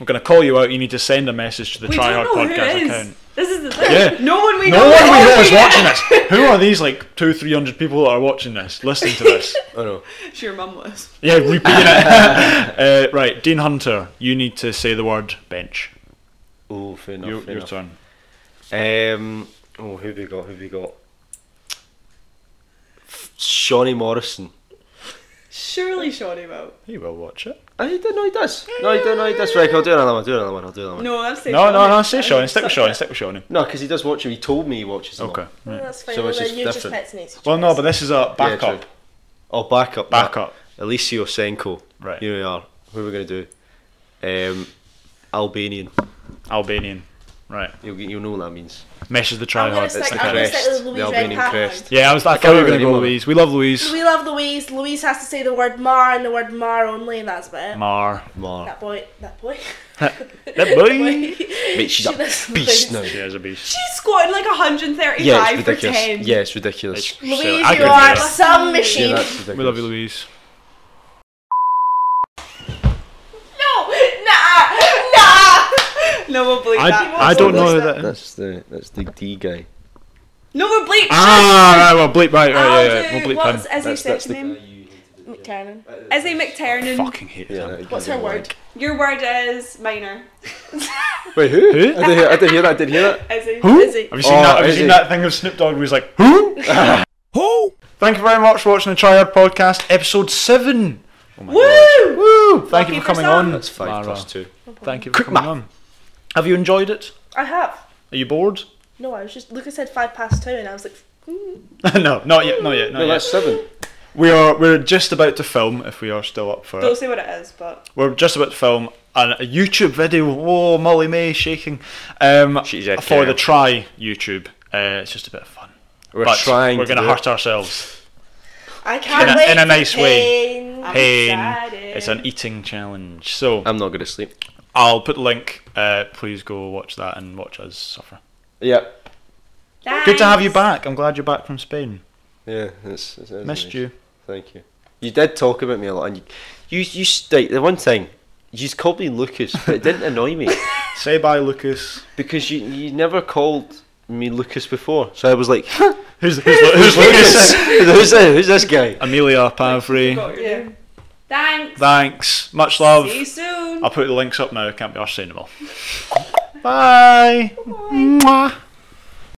Speaker 1: we're going to call you out. You need to send a message to the
Speaker 4: We
Speaker 1: Try Hard
Speaker 4: don't know who
Speaker 1: Podcast
Speaker 4: it is.
Speaker 1: account.
Speaker 4: This is the thing.
Speaker 1: Yeah.
Speaker 4: No one we
Speaker 1: No
Speaker 4: know.
Speaker 1: one we know
Speaker 4: is
Speaker 1: is watching this. Who are these like two, three hundred people that are watching this, listening to this?
Speaker 2: Oh no,
Speaker 4: It's your mum was.
Speaker 1: Yeah, repeating it. uh, right, Dean Hunter, you need to say the word bench.
Speaker 2: oh fair enough.
Speaker 1: Your,
Speaker 2: fair
Speaker 1: your
Speaker 2: enough.
Speaker 1: turn.
Speaker 2: Um. Oh, who we got? Who we got? Shawnee Morrison.
Speaker 4: Surely Shawnee will.
Speaker 1: He will watch it.
Speaker 2: I don't know Oh, he does. No, I don't know he does. Right, I'll do another one. I'll do another one. I'll do another one.
Speaker 4: No, that's
Speaker 1: No, no, no. Say Sean. Stick with Sean. Stick with Sean.
Speaker 2: No, because he does watch him. He told me he watches them. all.
Speaker 1: Okay.
Speaker 3: Well, that's fine.
Speaker 2: So
Speaker 3: well,
Speaker 2: it's just
Speaker 3: you just
Speaker 2: different.
Speaker 3: pets needs to
Speaker 1: Well, no,
Speaker 3: choose.
Speaker 1: but this is a
Speaker 2: Yeah,
Speaker 1: backup.
Speaker 2: true. Oh, backup.
Speaker 1: Backup.
Speaker 2: Alessio Senko.
Speaker 1: Right.
Speaker 2: Here we are. Who are we going to do? Um, Albanian.
Speaker 1: Albanian. Right.
Speaker 2: You'll, you'll know what that means.
Speaker 1: Meshes the
Speaker 3: I'm gonna
Speaker 1: tryhard.
Speaker 3: stick,
Speaker 1: It's the
Speaker 3: I'm gonna
Speaker 1: crest.
Speaker 3: stick
Speaker 2: crest,
Speaker 3: with Louise
Speaker 2: the Albanian
Speaker 3: Redpath.
Speaker 2: crest.
Speaker 1: Yeah, I was. I
Speaker 2: can't
Speaker 1: thought we were going to
Speaker 2: remember
Speaker 1: go
Speaker 2: the name of
Speaker 1: Louise. We love Louise.
Speaker 3: We love Louise. Louise has to say the word Mar and the word Mar only, and that's about it.
Speaker 1: Mar.
Speaker 2: Mar.
Speaker 3: That boy. That boy.
Speaker 1: That boy.
Speaker 2: Mate, she's
Speaker 3: She
Speaker 2: a
Speaker 3: doesn't
Speaker 2: beast now.
Speaker 3: listen.
Speaker 1: She is a beast.
Speaker 4: She's squatting like 135
Speaker 2: Yeah, it's
Speaker 4: for
Speaker 2: ridiculous.
Speaker 4: 10.
Speaker 2: Yeah, it's ridiculous.
Speaker 1: It's-
Speaker 3: Louise,
Speaker 1: so I
Speaker 3: you
Speaker 1: could
Speaker 3: are
Speaker 1: do
Speaker 3: some
Speaker 2: yeah,
Speaker 3: machine.
Speaker 2: that's
Speaker 1: that.
Speaker 2: ridiculous.
Speaker 1: We love you, Louise.
Speaker 4: No! Nah! Nah! No, we'll bleep
Speaker 1: I,
Speaker 4: that.
Speaker 1: I
Speaker 4: We'll
Speaker 1: don't know who
Speaker 4: bleep
Speaker 1: that is.
Speaker 2: That's the that's the D guy.
Speaker 4: No, we'll bleep
Speaker 1: Ah, right, well, bleep, right, right, yeah, yeah,
Speaker 4: I'll do,
Speaker 1: we'll bleep
Speaker 4: what's
Speaker 1: him.
Speaker 4: Ezzy's
Speaker 2: That's, that's
Speaker 4: second
Speaker 2: the
Speaker 4: name?
Speaker 3: McTiernan.
Speaker 4: Ezzy McTiernan.
Speaker 1: Fucking hate
Speaker 2: Yeah,
Speaker 1: him.
Speaker 2: that
Speaker 3: What's
Speaker 2: guy
Speaker 3: her
Speaker 2: I
Speaker 3: word?
Speaker 4: Your word is minor.
Speaker 2: like. Wait, who?
Speaker 1: Who?
Speaker 2: I didn't hear, I didn't hear that. I didn't hear that.
Speaker 4: Ezzy.
Speaker 1: Who? Have
Speaker 3: Izzy.
Speaker 1: you seen
Speaker 2: Oh,
Speaker 1: that? Have you
Speaker 2: Izzy.
Speaker 1: seen that thing of Snoop Dogg where he's like, who? who? Thank you very much for watching the Triad Podcast, episode seven. Oh my
Speaker 4: Woo!
Speaker 1: Woo! Thank
Speaker 4: Lucky
Speaker 1: you for
Speaker 4: for
Speaker 1: coming
Speaker 4: some.
Speaker 1: on.
Speaker 2: That's five
Speaker 1: Lara.
Speaker 2: plus two.
Speaker 1: Thank you for coming on. Have you enjoyed it?
Speaker 3: I have.
Speaker 1: Are you bored?
Speaker 3: No, I was just. Lucas said five past two, and I was like,
Speaker 1: no, not yet, not yet, not
Speaker 2: No,
Speaker 1: yet.
Speaker 2: that's seven.
Speaker 1: We are we're just about to film if we are still up for it.
Speaker 4: Don't say what it is, but
Speaker 1: We're just about to film an, a YouTube video. Whoa, Molly May shaking. Um,
Speaker 2: She's a
Speaker 1: for the
Speaker 2: girl.
Speaker 1: try YouTube. Uh, it's just a bit of fun.
Speaker 2: We're
Speaker 1: but
Speaker 2: trying.
Speaker 1: We're
Speaker 2: to
Speaker 1: gonna
Speaker 2: do
Speaker 1: hurt ourselves.
Speaker 3: I
Speaker 1: In
Speaker 3: can't
Speaker 1: a-
Speaker 3: wait.
Speaker 1: in a
Speaker 3: for
Speaker 1: nice way.
Speaker 3: pain.
Speaker 4: I'm
Speaker 1: Pain.
Speaker 4: excited.
Speaker 1: It's an eating challenge. So
Speaker 2: It. I'm not gonna sleep.
Speaker 1: I'll put the link. Uh, please go watch that and watch us suffer.
Speaker 2: Yeah.
Speaker 1: Good to have you
Speaker 4: Thanks.
Speaker 1: back. I'm glad you're back from Spain.
Speaker 2: Yeah. That's, that's, that's
Speaker 1: Missed
Speaker 2: nice.
Speaker 1: you.
Speaker 2: Thank you. You did talk about me a lot, and you, you, you s- like, the one thing, you just called me Lucas, but it didn't annoy me
Speaker 1: Say bye, Lucas.
Speaker 2: because you, you never called me Lucas before. So I was like,
Speaker 1: Who's, who's, who's Lucas?
Speaker 2: who's, this, who's this guy?
Speaker 1: Amelia Pavri.
Speaker 4: Got your name. Thanks.
Speaker 1: Thanks. Much love.
Speaker 4: See you soon.
Speaker 1: I'll put the links up now. Can't be arsed saying them all. Bye. Mwah.